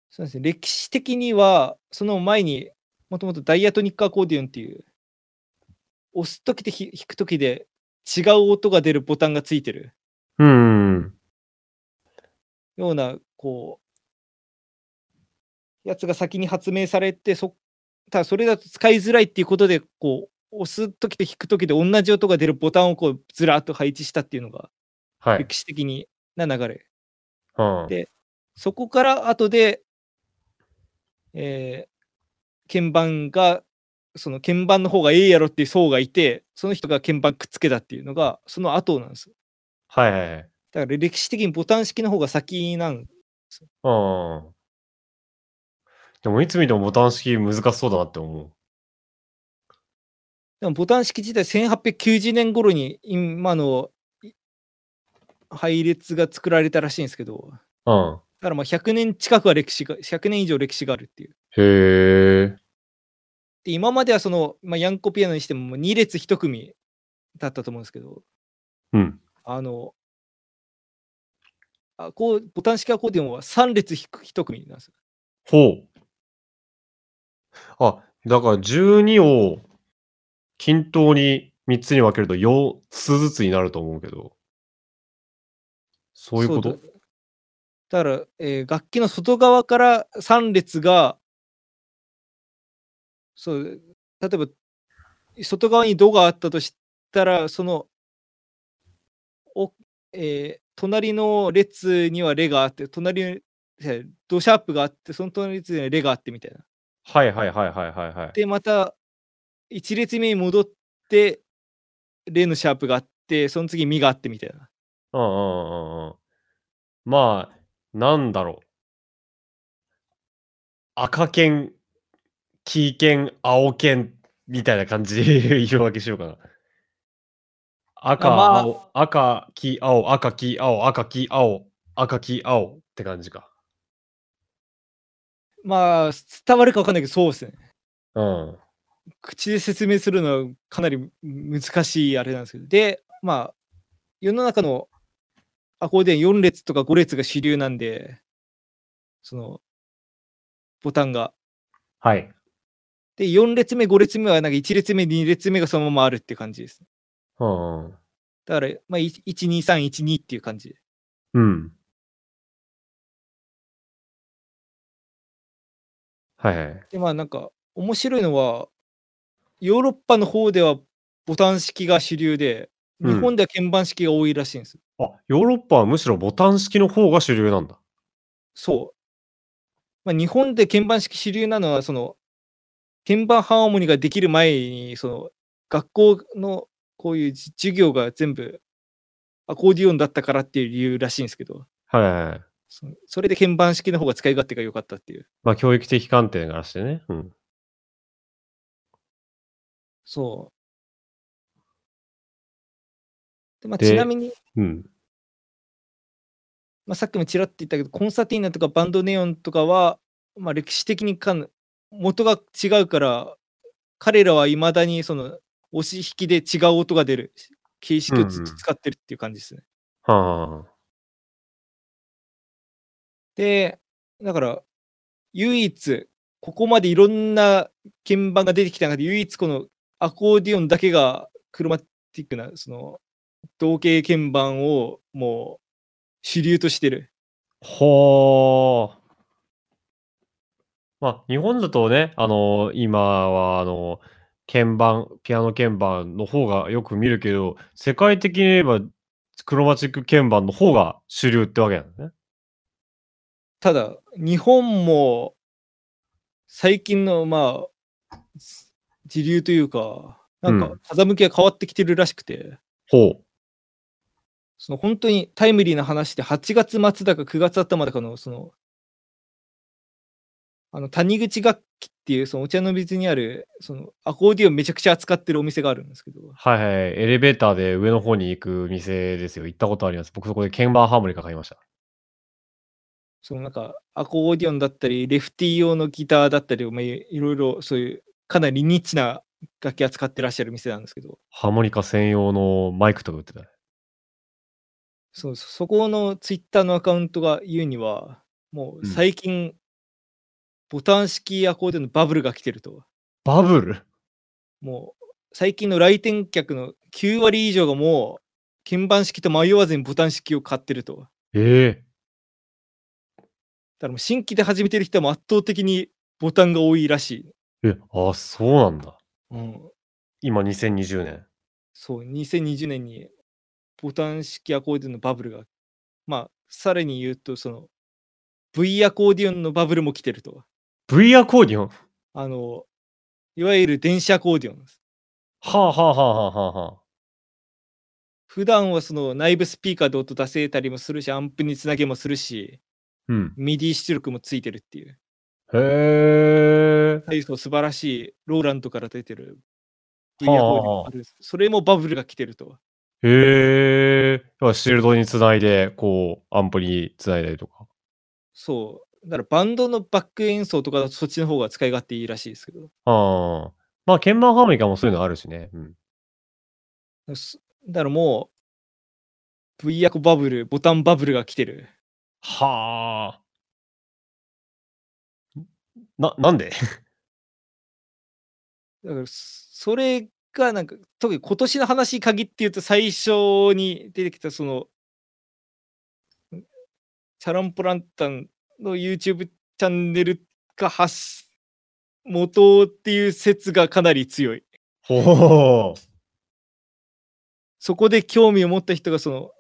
S1: そうですね、歴史的には、その前にもともとダイアトニックアコーディオンっていう、押すときとひ弾くときで違う音が出るボタンがついてる
S2: うん。
S1: ような、こう、やつが先に発明されて、そただそれだと使いづらいっていうことで、こう、押すときと弾くときで同じ音が出るボタンをこうずらっと配置したっていうのが
S2: はい。
S1: 歴史的にな流れ。
S2: うん
S1: でそこから後で、えー鍵盤が、その鍵盤の方がええやろっていう層がいて、その人が鍵盤くっつけたっていうのが、その後なんですよ。
S2: はいはいはい。
S1: だから歴史的にボタン式の方が先なん。
S2: うん。でも、いつ見てもボタン式難しそうだなって思う。
S1: でもボタン式自体1890年頃に今のい配列が作られたらしいんですけど、
S2: うん。
S1: だからまあ100年近くは歴史が、100年以上歴史があるっていう。
S2: へえ。
S1: で今まではその、まあ、ヤンコピアノにしてもも2列1組だったと思うんですけど
S2: うん。
S1: あのあこうボタン式アコーディオンは3列ひく1組なんですよ
S2: ほう。あ、だから12を均等に3つに分けると4つずつになると思うけど。そういうこ
S1: だ
S2: と
S1: だから、えー楽器の外側から3列がそう例えば外側にドがあったとしたらそのお、えー隣の列にはレがあって隣のえードシャープがあってその隣の列にはレがあってみたいな。
S2: はいはいはいはいはいはい。
S1: でまた1列目に戻ってレのシャープがあってその次ミがあってみたいな。
S2: うんうんうんうん。まあ、なんだろう。赤剣、黄剣、青剣みたいな感じで色分けしようかな。赤、
S1: まあ
S2: 青、赤、黄、青、赤、黄、青、赤、黄、青、赤、黄、青って感じか。
S1: まあ伝わるか分かんないけどそうですね。
S2: うん。
S1: 口で説明するのはかなり難しいあれなんですけどでまあ世の中のアコーディオン4列とか5列が主流なんでそのボタンが
S2: はい。
S1: で4列目5列目はなんか1列目2列目がそのままあるって感じです
S2: うんうん。
S1: だから、まあ、12312っていう感じ
S2: うん。はいはい。
S1: でまあなんか面白いのはヨーロッパの方ではボタン式が主流で
S2: う
S1: 日
S2: ん
S1: 本では鍵盤式が多いらしいんですよ、
S2: あ、ヨーロッパはむしろボタン式の方が主流なんだ。
S1: そう。まあ、日本で鍵盤式主流なのは、その、鍵盤ハーモニーができる前に、その、学校のこういうじ授業が全部アコーディオンだったからっていう理由らしいんですけど、
S2: はいはいはい。
S1: そそれで鍵盤式の方が使い勝手が良かったっていう。
S2: まあ、教育的観点からしてね。うん。
S1: そう。でまあ、
S2: で
S1: ちなみに、
S2: うん。
S1: まあ、さっきもちらっと言ったけど、コンサティーナとかバンドネオンとかは、まあ、歴史的にかん元が違うから、彼らはいまだにその押し引きで違う音が出る形式をず
S2: う
S1: っ
S2: ん
S1: と
S2: うん
S1: 使ってるっていう感じですね。
S2: はあは
S1: で、だから、唯一、ここまでいろんな鍵盤が出てきた中で、唯一このアコーディオンだけがクロマティックな、その、同型鍵盤をもう主流としてる。
S2: ほー。まあ、日本だとね、あの今は、あの鍵盤、ピアノ鍵盤の方がよく見るけど、世界的に言えば、クロマチック鍵盤の方が主流ってわけなんだね。
S1: ただ、日本も最近の、まあ、す時流というか、なん
S2: う
S1: か風向きが変わってきてるらしくて、
S2: ほう。
S1: その本当にタイムリーな話で8月末だか9月頭だかのそのあの谷口楽器っていうそのお茶の水にあるそのアコーディオンめちゃくちゃ扱ってるお店があるんですけど
S2: はいはい。エレベーターで上の方に行く店ですよ。行ったことあります。僕そこで鍵盤ハーモニカ買いました。
S1: そのなんかアコーディオンだったりレフティー用のギターだったり、まあ、いいろいろそういうかなりニッチな楽器扱ってらっしゃる店なんですけど
S2: ハーモニカ専用のマイクとか売ってたね。
S1: そうそこのツイッターのアカウントが言うにはも
S2: ん
S1: う最近、ボタン式アコーディオンのバブルが来てると。
S2: バブル
S1: もう最近の来店客の9割以上がもう鍵盤式と迷わずにボタン式を買ってると。だか
S2: ええ
S1: らもう新規で始めてる人も圧倒的にボタンが多いらし
S2: え、あ、そうなんだ。
S1: い。うん、
S2: 今2020年。
S1: そう、2020年にボタン式アコーディオンのバブルが、まあ、さらに言うと、その V アコーディオンのバブルも来てると。
S2: V アコーディオン
S1: あの、いわゆる電子アコーディオンです。
S2: はあはあはあはあはあはあ。
S1: 普段はその内部スピーカーで音出せたりもするし、アンプにつなげもするし、
S2: うん。
S1: ミディ出力もついてるっていう。
S2: へえ。
S1: 体操素晴らしいローランドから出てる
S2: は
S1: VR
S2: あはあ
S1: があるんですそれもバブルが来てると。
S2: へえ。要はシールドにつないで、こう、アンプにつないだりとか。
S1: そう。だからバンドのバック演奏とかだとそっちの方が使い勝手いいらしいですけど。
S2: ああ。まあ、鍵盤ハーモニカもそういうのあるしね。うん。
S1: すだからもう V アコバブル、ボタンバブルが来てる。
S2: はあ。な、なんで
S1: だからそそれがなんか特に今年の話に限って言うと最初に出てきたそのんチャランポランタンの YouTube チャンネルが発し元っていう説がかなり強い
S2: ほう。
S1: そこで興味を持った人がその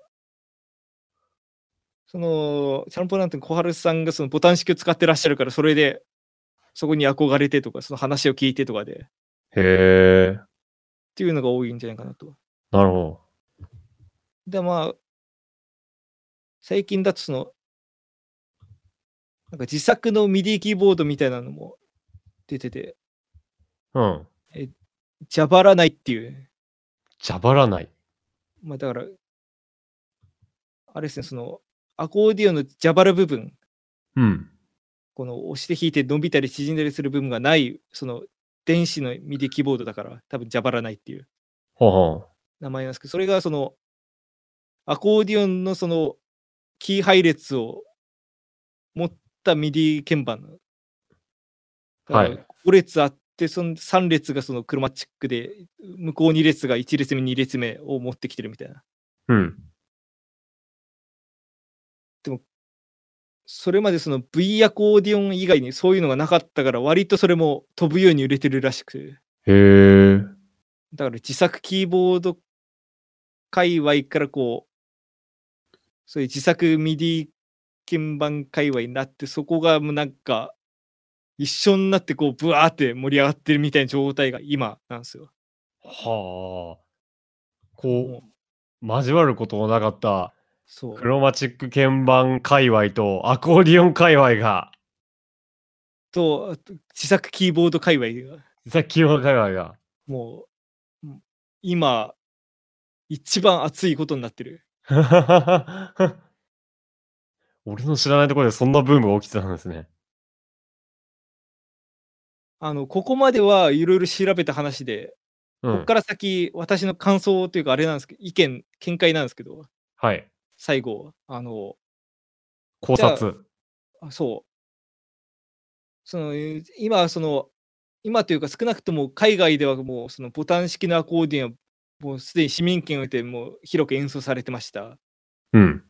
S1: そのチャランポランタン小春さんがそのボタン式を使ってらっしゃるからそれでそこに憧れてとかその話を聞いてとかでっ
S2: へえ。
S1: ていうのが多いんじゃないかなと
S2: なるほ
S1: でまあ最近だとそのなんか自作のミディキーボードみたいなのも出てて
S2: ど。うん。
S1: 「ジャバらない」っていう
S2: じゃばらない。
S1: まあだからあれですねそのアコーディオンのジャバる部分
S2: うん。
S1: この押して弾いて伸びたり縮んだりする部分がないその電子のミディキーボードだから多分ジャバらないっていう
S2: ほうほう。
S1: 名前なんですけどそれがそのアコーディオンのそのキー配列を持ったミディ鍵盤な
S2: は
S1: の
S2: い。
S1: だから5列あってその3列がそのクロマチックで向こう2列が1列目2列目を持ってきてるみたいな
S2: うん。
S1: それまでその V アコーディオン以外にそういうのがなかったから割とそれも飛ぶように売れてるらしくて
S2: へえ。
S1: だから自作キーボード界隈からこう、そういう自作ミディ鍵盤界隈になって、そこがもうなんか、一緒になってこう、ブワーって盛り上がってるみたいな状態が今なんですよ。
S2: はあ。こ
S1: もう
S2: う、交わることのなかった
S1: そう
S2: クロマチック鍵盤界隈とアコーディオン界隈が、
S1: と、あと自作キーボード界隈が、
S2: さっきの界隈が。
S1: もう、うん今、一番熱いことになってる。
S2: 俺の知らないところでそんなブームが起きてたんですね。
S1: あの、ここまではいろいろ調べた話で、
S2: う
S1: ここ
S2: ん。
S1: から先、私の感想というか、あれなんですけど、意見、見解なんですけど、
S2: はい。
S1: 最後、あの、
S2: 考察。
S1: あそう。その、えー今、その、今というか少なくとも海外ではもうそのボタン式のアコーディオンはもうすでに市民権を得てもう広く演奏されてました。
S2: うん。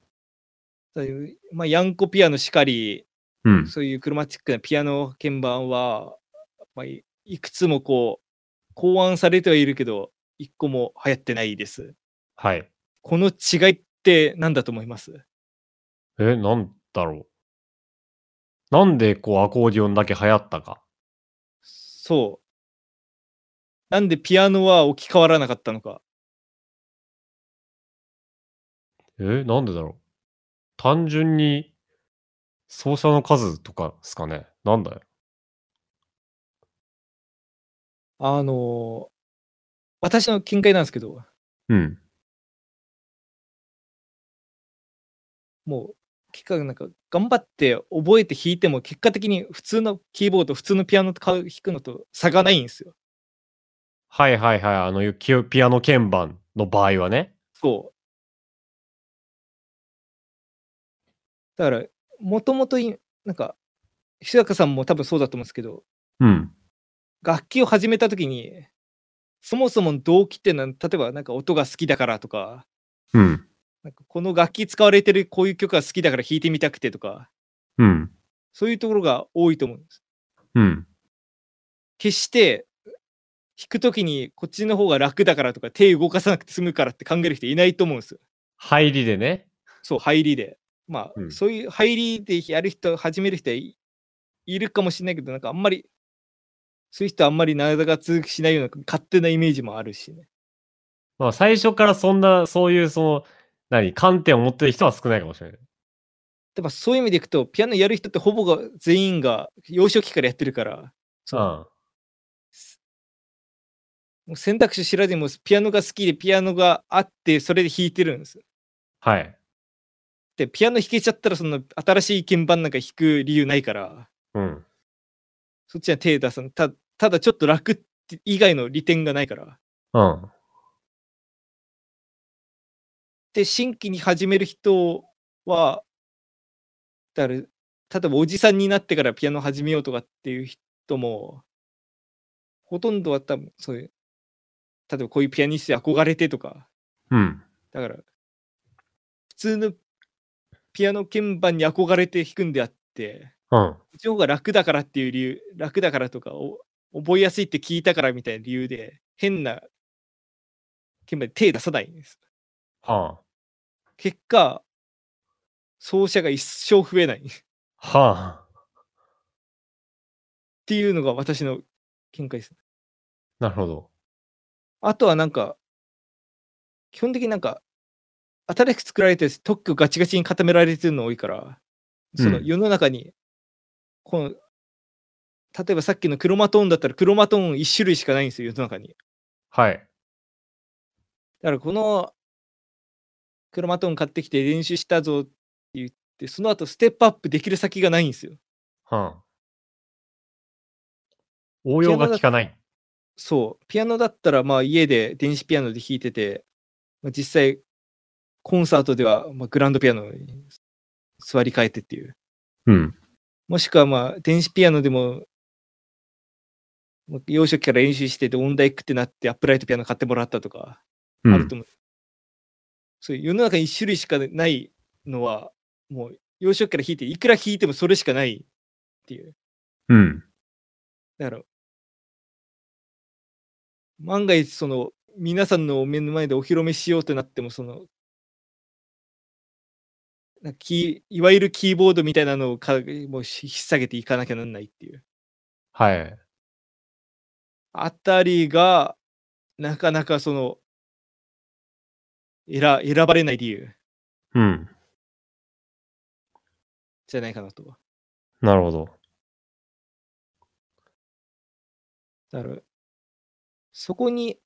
S1: だいまあ、ヤンコピアノしかり、
S2: うん。
S1: そういうクロマチックなピアノ鍵盤は、まあ、いいくつもこう考案されてはいるけど一個も流行ってないです。
S2: はい。
S1: この違いって何だと思います
S2: え、なんだろう。なんでこうアコーディオンだけ流行ったか。
S1: そう。なんでピアノは置き換わらなかったのか。
S2: え、なんでだろう。単純に奏者の数とかですかね。なんだよ。
S1: あの私の見解なんですけど、
S2: うん。
S1: もう、結果なんか頑張って覚えて弾いても、結果的に普通のキーボード、普通のピアノとか弾くのと差がないんですよ。
S2: はいはいはい。あの、きピアノ鍵盤の場合はね。
S1: そう。だから、もともとい、なんか、ひ坂さんも多分そうだと思うんですけど、
S2: うん。
S1: 楽器を始めた時に、そもそもの動機っていうのは、例えばなんか音が好きだからとか、
S2: うん。
S1: なんかこの楽器使われてるこういう曲が好きだから弾いてみたくてとか、
S2: うん。
S1: そういうところが多いと思うんです。
S2: うん。
S1: 決して弾くときにこっちの方が楽だからとか手動かさなくて済むからって考える人いないと思うんですよ。
S2: 入りでね。
S1: そう、入りで。まあ、
S2: うん
S1: そういう入りでやる人、始める人はいいるかもしれないけど、なんかあんまり、そういう人はあんまり長が続きしないような勝手なイメージもあるしね。
S2: まあ最初からそんな、そういうその、何、観点を持ってる人は少ないかもしれない。
S1: でもそういう意味でいくと、ピアノやる人ってほぼが全員が幼少期からやってるから、そう
S2: うん。
S1: もう選択肢知らずにもうピアノが好きでピアノがあってそれで弾いてるんです。
S2: はい。
S1: でピアノ弾けちゃったらその新しい鍵盤なんか弾く理由ないから
S2: うん。
S1: そっちには手出さんたただちょっと楽って以外の利点がないから。
S2: うん。
S1: で新規に始める人はだから例えばおじさんになってからピアノ始めようとかっていう人もほとんどは多分そういう例えばこういうピアニストに憧れてとか
S2: うん。
S1: だから、普通のピアノ鍵盤に憧れて弾くんであって、
S2: うん。
S1: こっちの方が楽だからっていう理由、楽だからとか、お覚えやすいって聞いたからみたいな理由で、変な鍵盤に手出さないんです。
S2: は
S1: 結果、奏者が一生増えないっ
S2: あ。はあ。
S1: ていうのが私の見解です。
S2: なるほど。
S1: あとはなんか、基本的になんか、新しく作られてる特許ガチガチに固められてるの多いから、その
S2: うん
S1: 世の中に、この、例えばさっきのクロマトーンだったらクロマトーン1種類しかないんですよ、世の中に。
S2: はい。
S1: だからこのクロマトーン買ってきて練習したぞって言って、その後ステップアップできる先がないんですよ。
S2: はあ。応用が効かない。
S1: そう、ピアノだったらまあ家で電子ピアノで弾いてて、まあ、実際コンサートではまあグランドピアノに座り替えてっていう。
S2: うん。
S1: もしくはまあ電子ピアノでももう幼少期から練習してて音大行くってなってアップライトピアノ買ってもらったとか
S2: う
S1: あると思う。そういう世の中に一種類しかないのはもう幼少期から弾いていくら弾いてもそれしかないっていう。
S2: うん。
S1: だから、万が一、その、皆さんのお目の前でお披露目しようってなっても、その、なんかキーいわゆるキーボードみたいなのをかもうし引っ提げていかなきゃなんないっていう。
S2: はい。
S1: あたりが、なかなかその、選選ばれない理由
S2: うん。
S1: じゃないかなと。
S2: なるほど。
S1: だから、そこに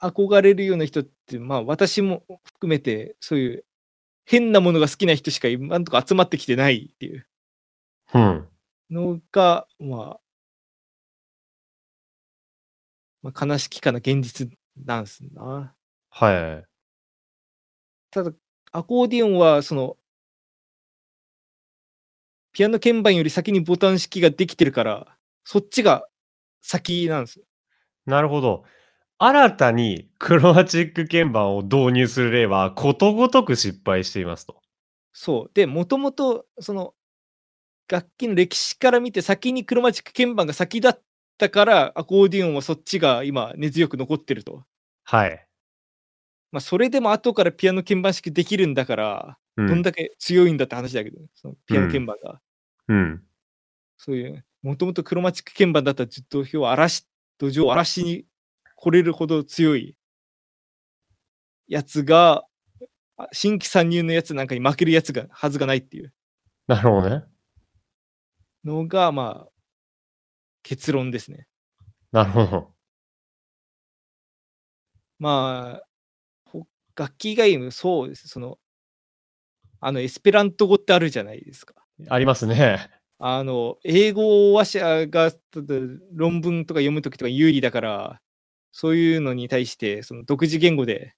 S1: 憧れるような人って、まあ私も含めて、そういう変なものが好きな人しか今んとこ集まってきてないっていう
S2: うん。
S1: のが、まあ、まあ、悲しきかな現実なんすな。
S2: はい。
S1: ただ、アコーディオンは、その、ピアノ鍵盤より先にボタン式ができてるから、そっちが先なんですよ。
S2: なるほど。新たにクロマチック鍵盤を導入する例はことごとく失敗していますと。
S1: そう。で、もともと、その、楽器の歴史から見て、先にクロマチック鍵盤が先だったから、アコーディオンはそっちが今、根強く残ってると。
S2: はい。
S1: まあ、それでも後からピアノ鍵盤式できるんだから、
S2: うん、
S1: どんだけ強いんだって話だけど、そのピアノ鍵盤が。
S2: うん。
S1: そういう、もともとクロマチック鍵盤だった土俵を荒らし、土壌を荒らしに来れるほど強いやつが、あ新規参入のやつなんかに負けるやつが、はずがないっていう
S2: なるほどね。
S1: のが、まあ、結論ですね。
S2: なるほど。
S1: まあ、ほ楽器以外にもそうです。その、あの、エスペラント語ってあるじゃないですか。
S2: ありますね。
S1: あの、英語話者がちょっと論文とか読むときとか有利だから、そういうのに対して、その独自言語で、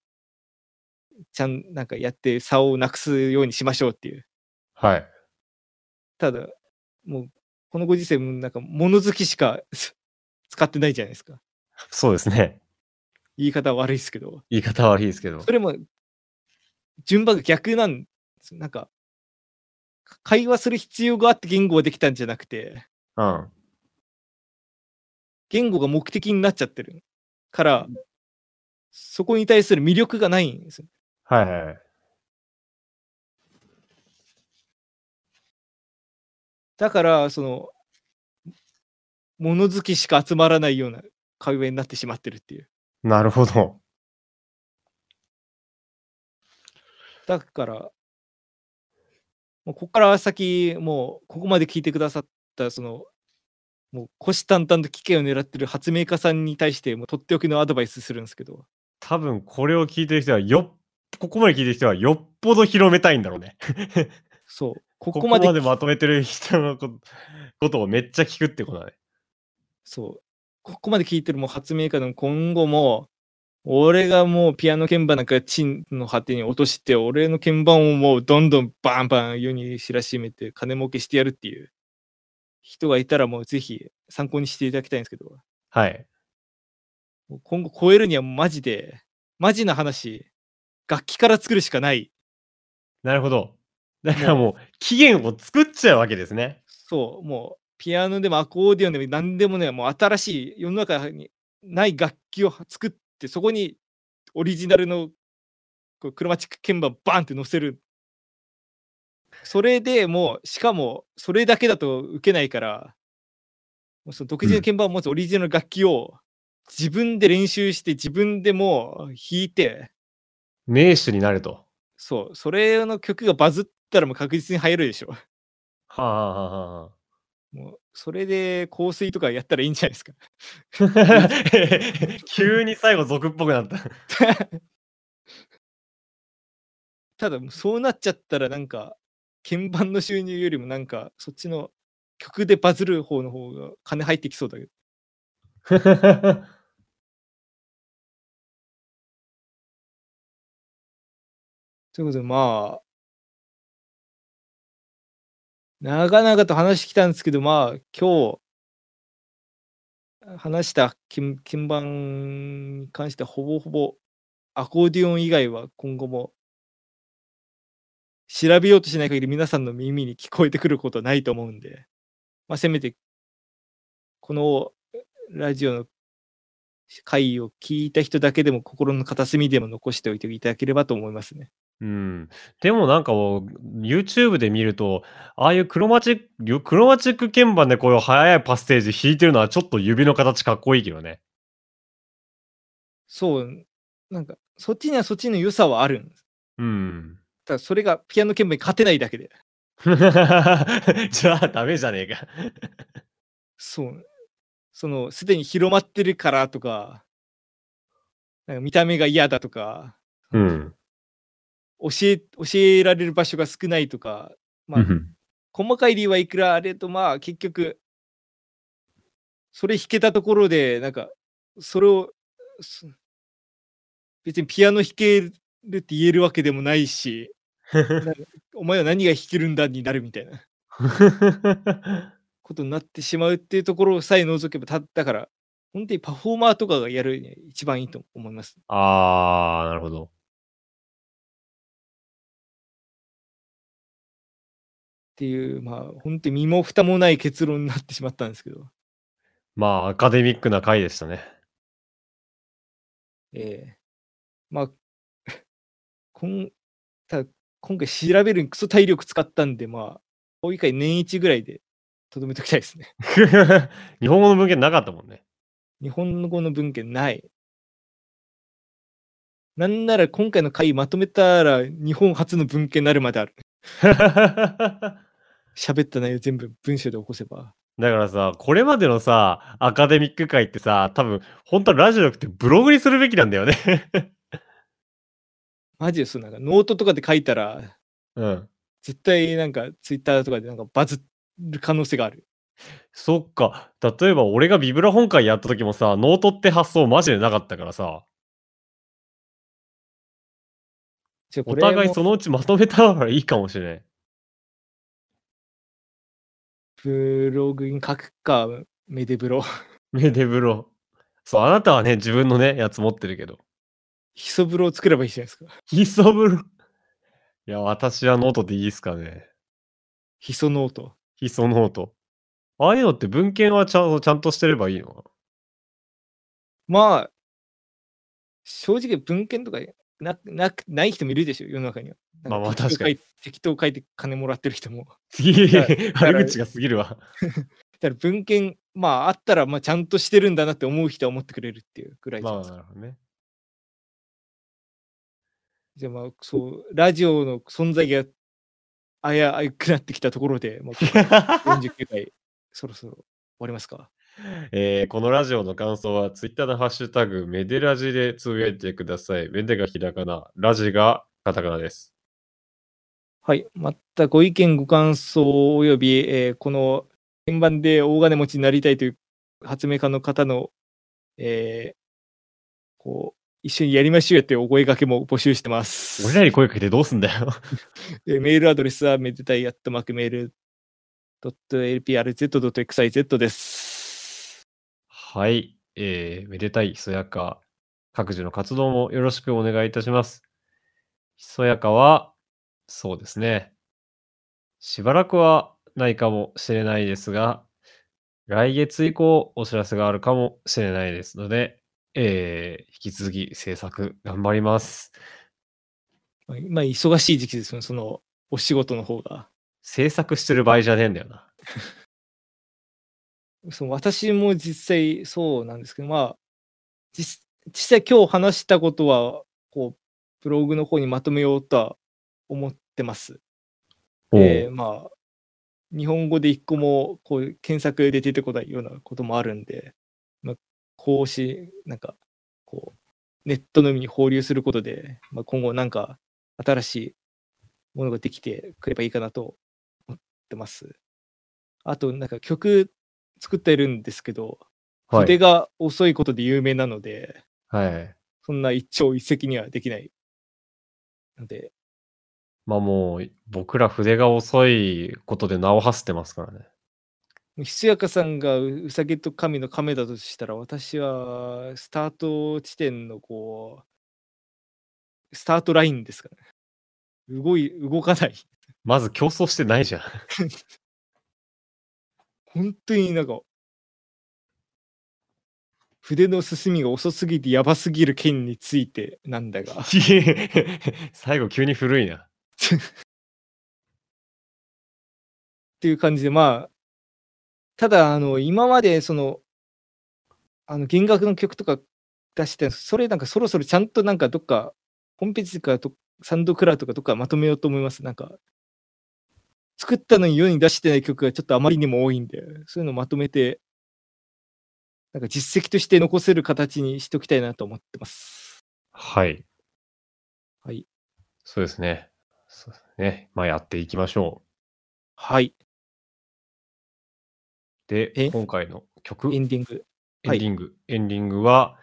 S1: ちゃん、なんかやって差をなくすようにしましょうっていう。
S2: はい。
S1: ただ、もう、このご時世、もうなんか物好きしか使ってないじゃないですか。
S2: そうですね。
S1: 言い方は悪いですけど。
S2: 言い方は悪いですけど
S1: そ。れも、順番が逆なんですよなんか、か会話する必要があって言語ができたんじゃなくて、
S2: うん。
S1: 言語が目的になっちゃってるから、そこに対する魅力がないんですよ。
S2: はいはいはい。
S1: だから、その、物好きしか集まらないような会話になってしまってるっていう。
S2: なるほど。
S1: だから、もうここから先、もうここまで聞いてくださった、その、もう虎視眈々と機会を狙ってる発明家さんに対して、もうとっておきのアドバイスするんですけど、
S2: 多分これを聞いてる人はよっここまで聞いてる人はよっぽど広めたいんだろうね。
S1: そう、
S2: こ
S1: ここ
S2: こ
S1: ま
S2: まで
S1: で
S2: まとめてる人のことことをめっちゃ聞くってことだね。
S1: そう。ここまで聞いてるもう発明家の今後も、俺がもうピアノ鍵盤なんかチンの果てに落として、俺の鍵盤をもうどんどんバンバン世に知らしめて金儲けしてやるっていう人がいたらもうぜひ参考にしていただきたいんですけど、
S2: はい。
S1: もう今後超えるにはもうマジで、マジな話、楽器から作るしかない。
S2: なるほど。だからもう期限を作っちゃうわけですね。
S1: そう、もうピアノでもアコーディオンでも何でもね、もう新しい世の中にない楽器を作って、そこにオリジナルのこうクロマチック鍵盤バンって乗せる。それでもう、しかもそれだけだと受けないから、もうその独自
S2: う
S1: の
S2: ん
S1: 鍵盤を持つオリジナルの楽器を自分で練習して、自分でもう弾いて、
S2: 名手になると。
S1: そう、それの曲がバズったらもう確実に流行るでしょ。
S2: はあ、はあはあは
S1: もうそれで香水とかやったらいいんじゃないですか。
S2: あ、 急に最後俗っぽくなった。
S1: ただもうそうなっちゃったらなんか鍵盤の収入よりもなんかそっちの曲でバズる方の方が金入ってきそうだけどということでまあ長々と話してきたんですけどまあ今日話した鍵鍵盤に関してはほぼほぼアコーディオン以外は今後も調べようとしない限り皆さんの耳に聞こえてくることはないと思うんで、まあ、せめてこのラジオの回を聞いた人だけでも心の片隅でも残しておいていただければと思いますね。
S2: うん、でもなんかもう YouTube で見るとああいうクロマチッククロマチック鍵盤でこういう速いパステージ弾いてるのはちょっと指の形かっこいいけどね
S1: そう、なんかそっちにはそっちの良さはあるんです。
S2: うん
S1: ただそれがピアノ鍵盤に勝てないだけで。
S2: じゃあダメじゃねえか
S1: そう。その、すでに広まってるからとか、なんか見た目が嫌だとか、
S2: うん
S1: 教え、教えられる場所が少ないとか、まあ、細かい理由はいくらあれとまあ結局それ弾けたところでなんかそれをす別にピアノ弾けるって言えるわけでもないしお前は何が弾けるんだになるみたいなことになってしまうっていうところさえ除けばただから本当にパフォーマーとかがやるには一番いいと思います。
S2: ああ、なるほど。
S1: っていう、まあ、本当に身も蓋もない結論になってしまったんですけど。
S2: まあ、アカデミックな回でしたね。
S1: ええまあ、 こんただ今回調べるにクソ体力使ったんで、まあ、こういう回年一ぐらいでとどめときたいですね。
S2: 日本語の文献なかったもんね。
S1: 日本語の文献ない。なんなら今回の回まとめたら日本初の文献になるまである。喋った内容全部文章で起こせば。
S2: だからさ、これまでのさ、アカデミック界ってさ、多分、本当はラジオじゃなくてブログにするべきなんだよね。
S1: マジでそうなんかノートとかで書いたら、
S2: うん。
S1: 絶対なんかツイッターとかでなんかバズる可能性がある。
S2: そっか。例えば、俺がビブラ本会やった時もさ、ノートって発想マジでなかったからさ、
S1: じゃ
S2: お
S1: あこれも
S2: 互いそのうちまとめたらいいかもしれない。
S1: ブログに書くか、メデブロ。
S2: メデブロ。そう、あなたはね、自分のね、やつ持ってるけど。
S1: ヒソブロを作ればいいじゃないですか。
S2: ヒソブロ。いや、私はノートでいいですかね。
S1: ヒソノート。
S2: ヒソノート。ああいうのって文献はちゃんちゃんとしてればいいのか
S1: まあ、正直文献とかななくない人もいるでしょ、世の中には。なん
S2: まあまあ
S1: 適当
S2: 確かに
S1: 書い適当書いて金もらってる人も。
S2: な。
S1: ら
S2: 悪口が過ぎるわ。
S1: だから文献、まああったら、まあちゃんとしてるんだなって思う人は思ってくれるっていうぐらいじゃ
S2: ま
S1: ない
S2: あ、
S1: ですか
S2: なるほどね。
S1: じゃあまあ、そう、ラジオの存在が危うくなってきたところで、まあ、49回、そろそろ終わりますか。
S2: えーこのラジオの感想は、ツイッターのハッシュタグ、メデラジでつぶやいてください。メデがひらがな、ラジがカタカナです。
S1: はい、またご意見、ご感想および、えーこの円盤で大金持ちになりたいという発明家の方の、えーこう一緒にやりましょうよっていうお声掛けも募集してます。
S2: 俺らに声かけてどうすんだよ。
S1: えーメールアドレスはめでたいアットマークメール .lprz.xyz です。
S2: はい。えー、めでたいひそやか、各自の活動もよろしくお願いいたします。ひそやかは、そうですね。しばらくはないかもしれないですが、来月以降お知らせがあるかもしれないですので、えー、引き続き制作頑張ります。
S1: まあ今忙しい時期ですよね、そのお仕事の方が。
S2: 制作してる場合じゃねえんだよな。
S1: その私も実際そうなんですけど、まあ、実実際今日話したことは、こう、ブログの方にまとめようとは思ってます。えーまあ、日本語で一個もこう検索で出てこないようなこともあるんで、まあ、こうし、なんか、こう、ネットの海に放流することで、まあ、今後なんか新しいものができてくればいいかなと思ってます。あと、なんか曲作ってるんですけど、
S2: おは
S1: 筆
S2: い。
S1: が遅いことで有名なので、
S2: はい。
S1: そんな一朝一夕にはできないので、
S2: まあもう、僕ら筆が遅いことで名を馳せてますからね。
S1: ひそやかさんがううさぎと神の亀だとしたら、私はスタート地点のこう、スタートラインですからね。動い、動かない。
S2: まず競争してないじゃん。
S1: 本当になんか、筆の進みが遅すぎてやばすぎる件についてなんだが、
S2: 最後急に古いな。
S1: っていう感じで、まあ、ただ、あの、今まで、その、あの、弦楽の曲とか出して、それなんかそろそろちゃんとなんかどっか、ホームページとかどっサンドクラウドとかどっかまとめようと思います。なんか、作ったのに世に出してない曲がちょっとあまりにも多いんで、そういうのをまとめて、なんか実績として残せる形にしておきたいなと思ってます。
S2: はい。
S1: はい。
S2: そうですね。そうですね。まあやっていきましょ
S1: はい、
S2: う。で、
S1: え
S2: 今回の曲、
S1: エ
S2: エン
S1: ンディング。はい
S2: ディング。エンディングは、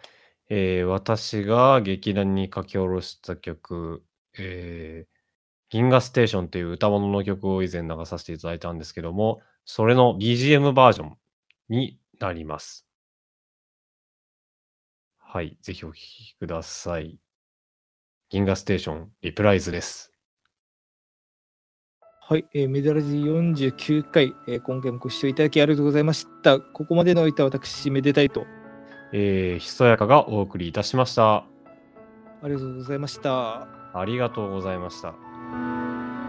S2: えー私が劇団に書き下ろした曲、えー銀河ステーションという歌物の曲を以前流させていただいたんですけども、それの BGM バージョンになります。はい、ぜひお聞きください。銀河ステーション、リプライズです。
S1: はい、えーメダラジ49回、えー今回もご視聴いただきありがとうございました。ここまでのおいた私、めでたいと、
S2: えー、ひそやかがお送りいたしました。
S1: ありがとうございました。
S2: ありがとうございました。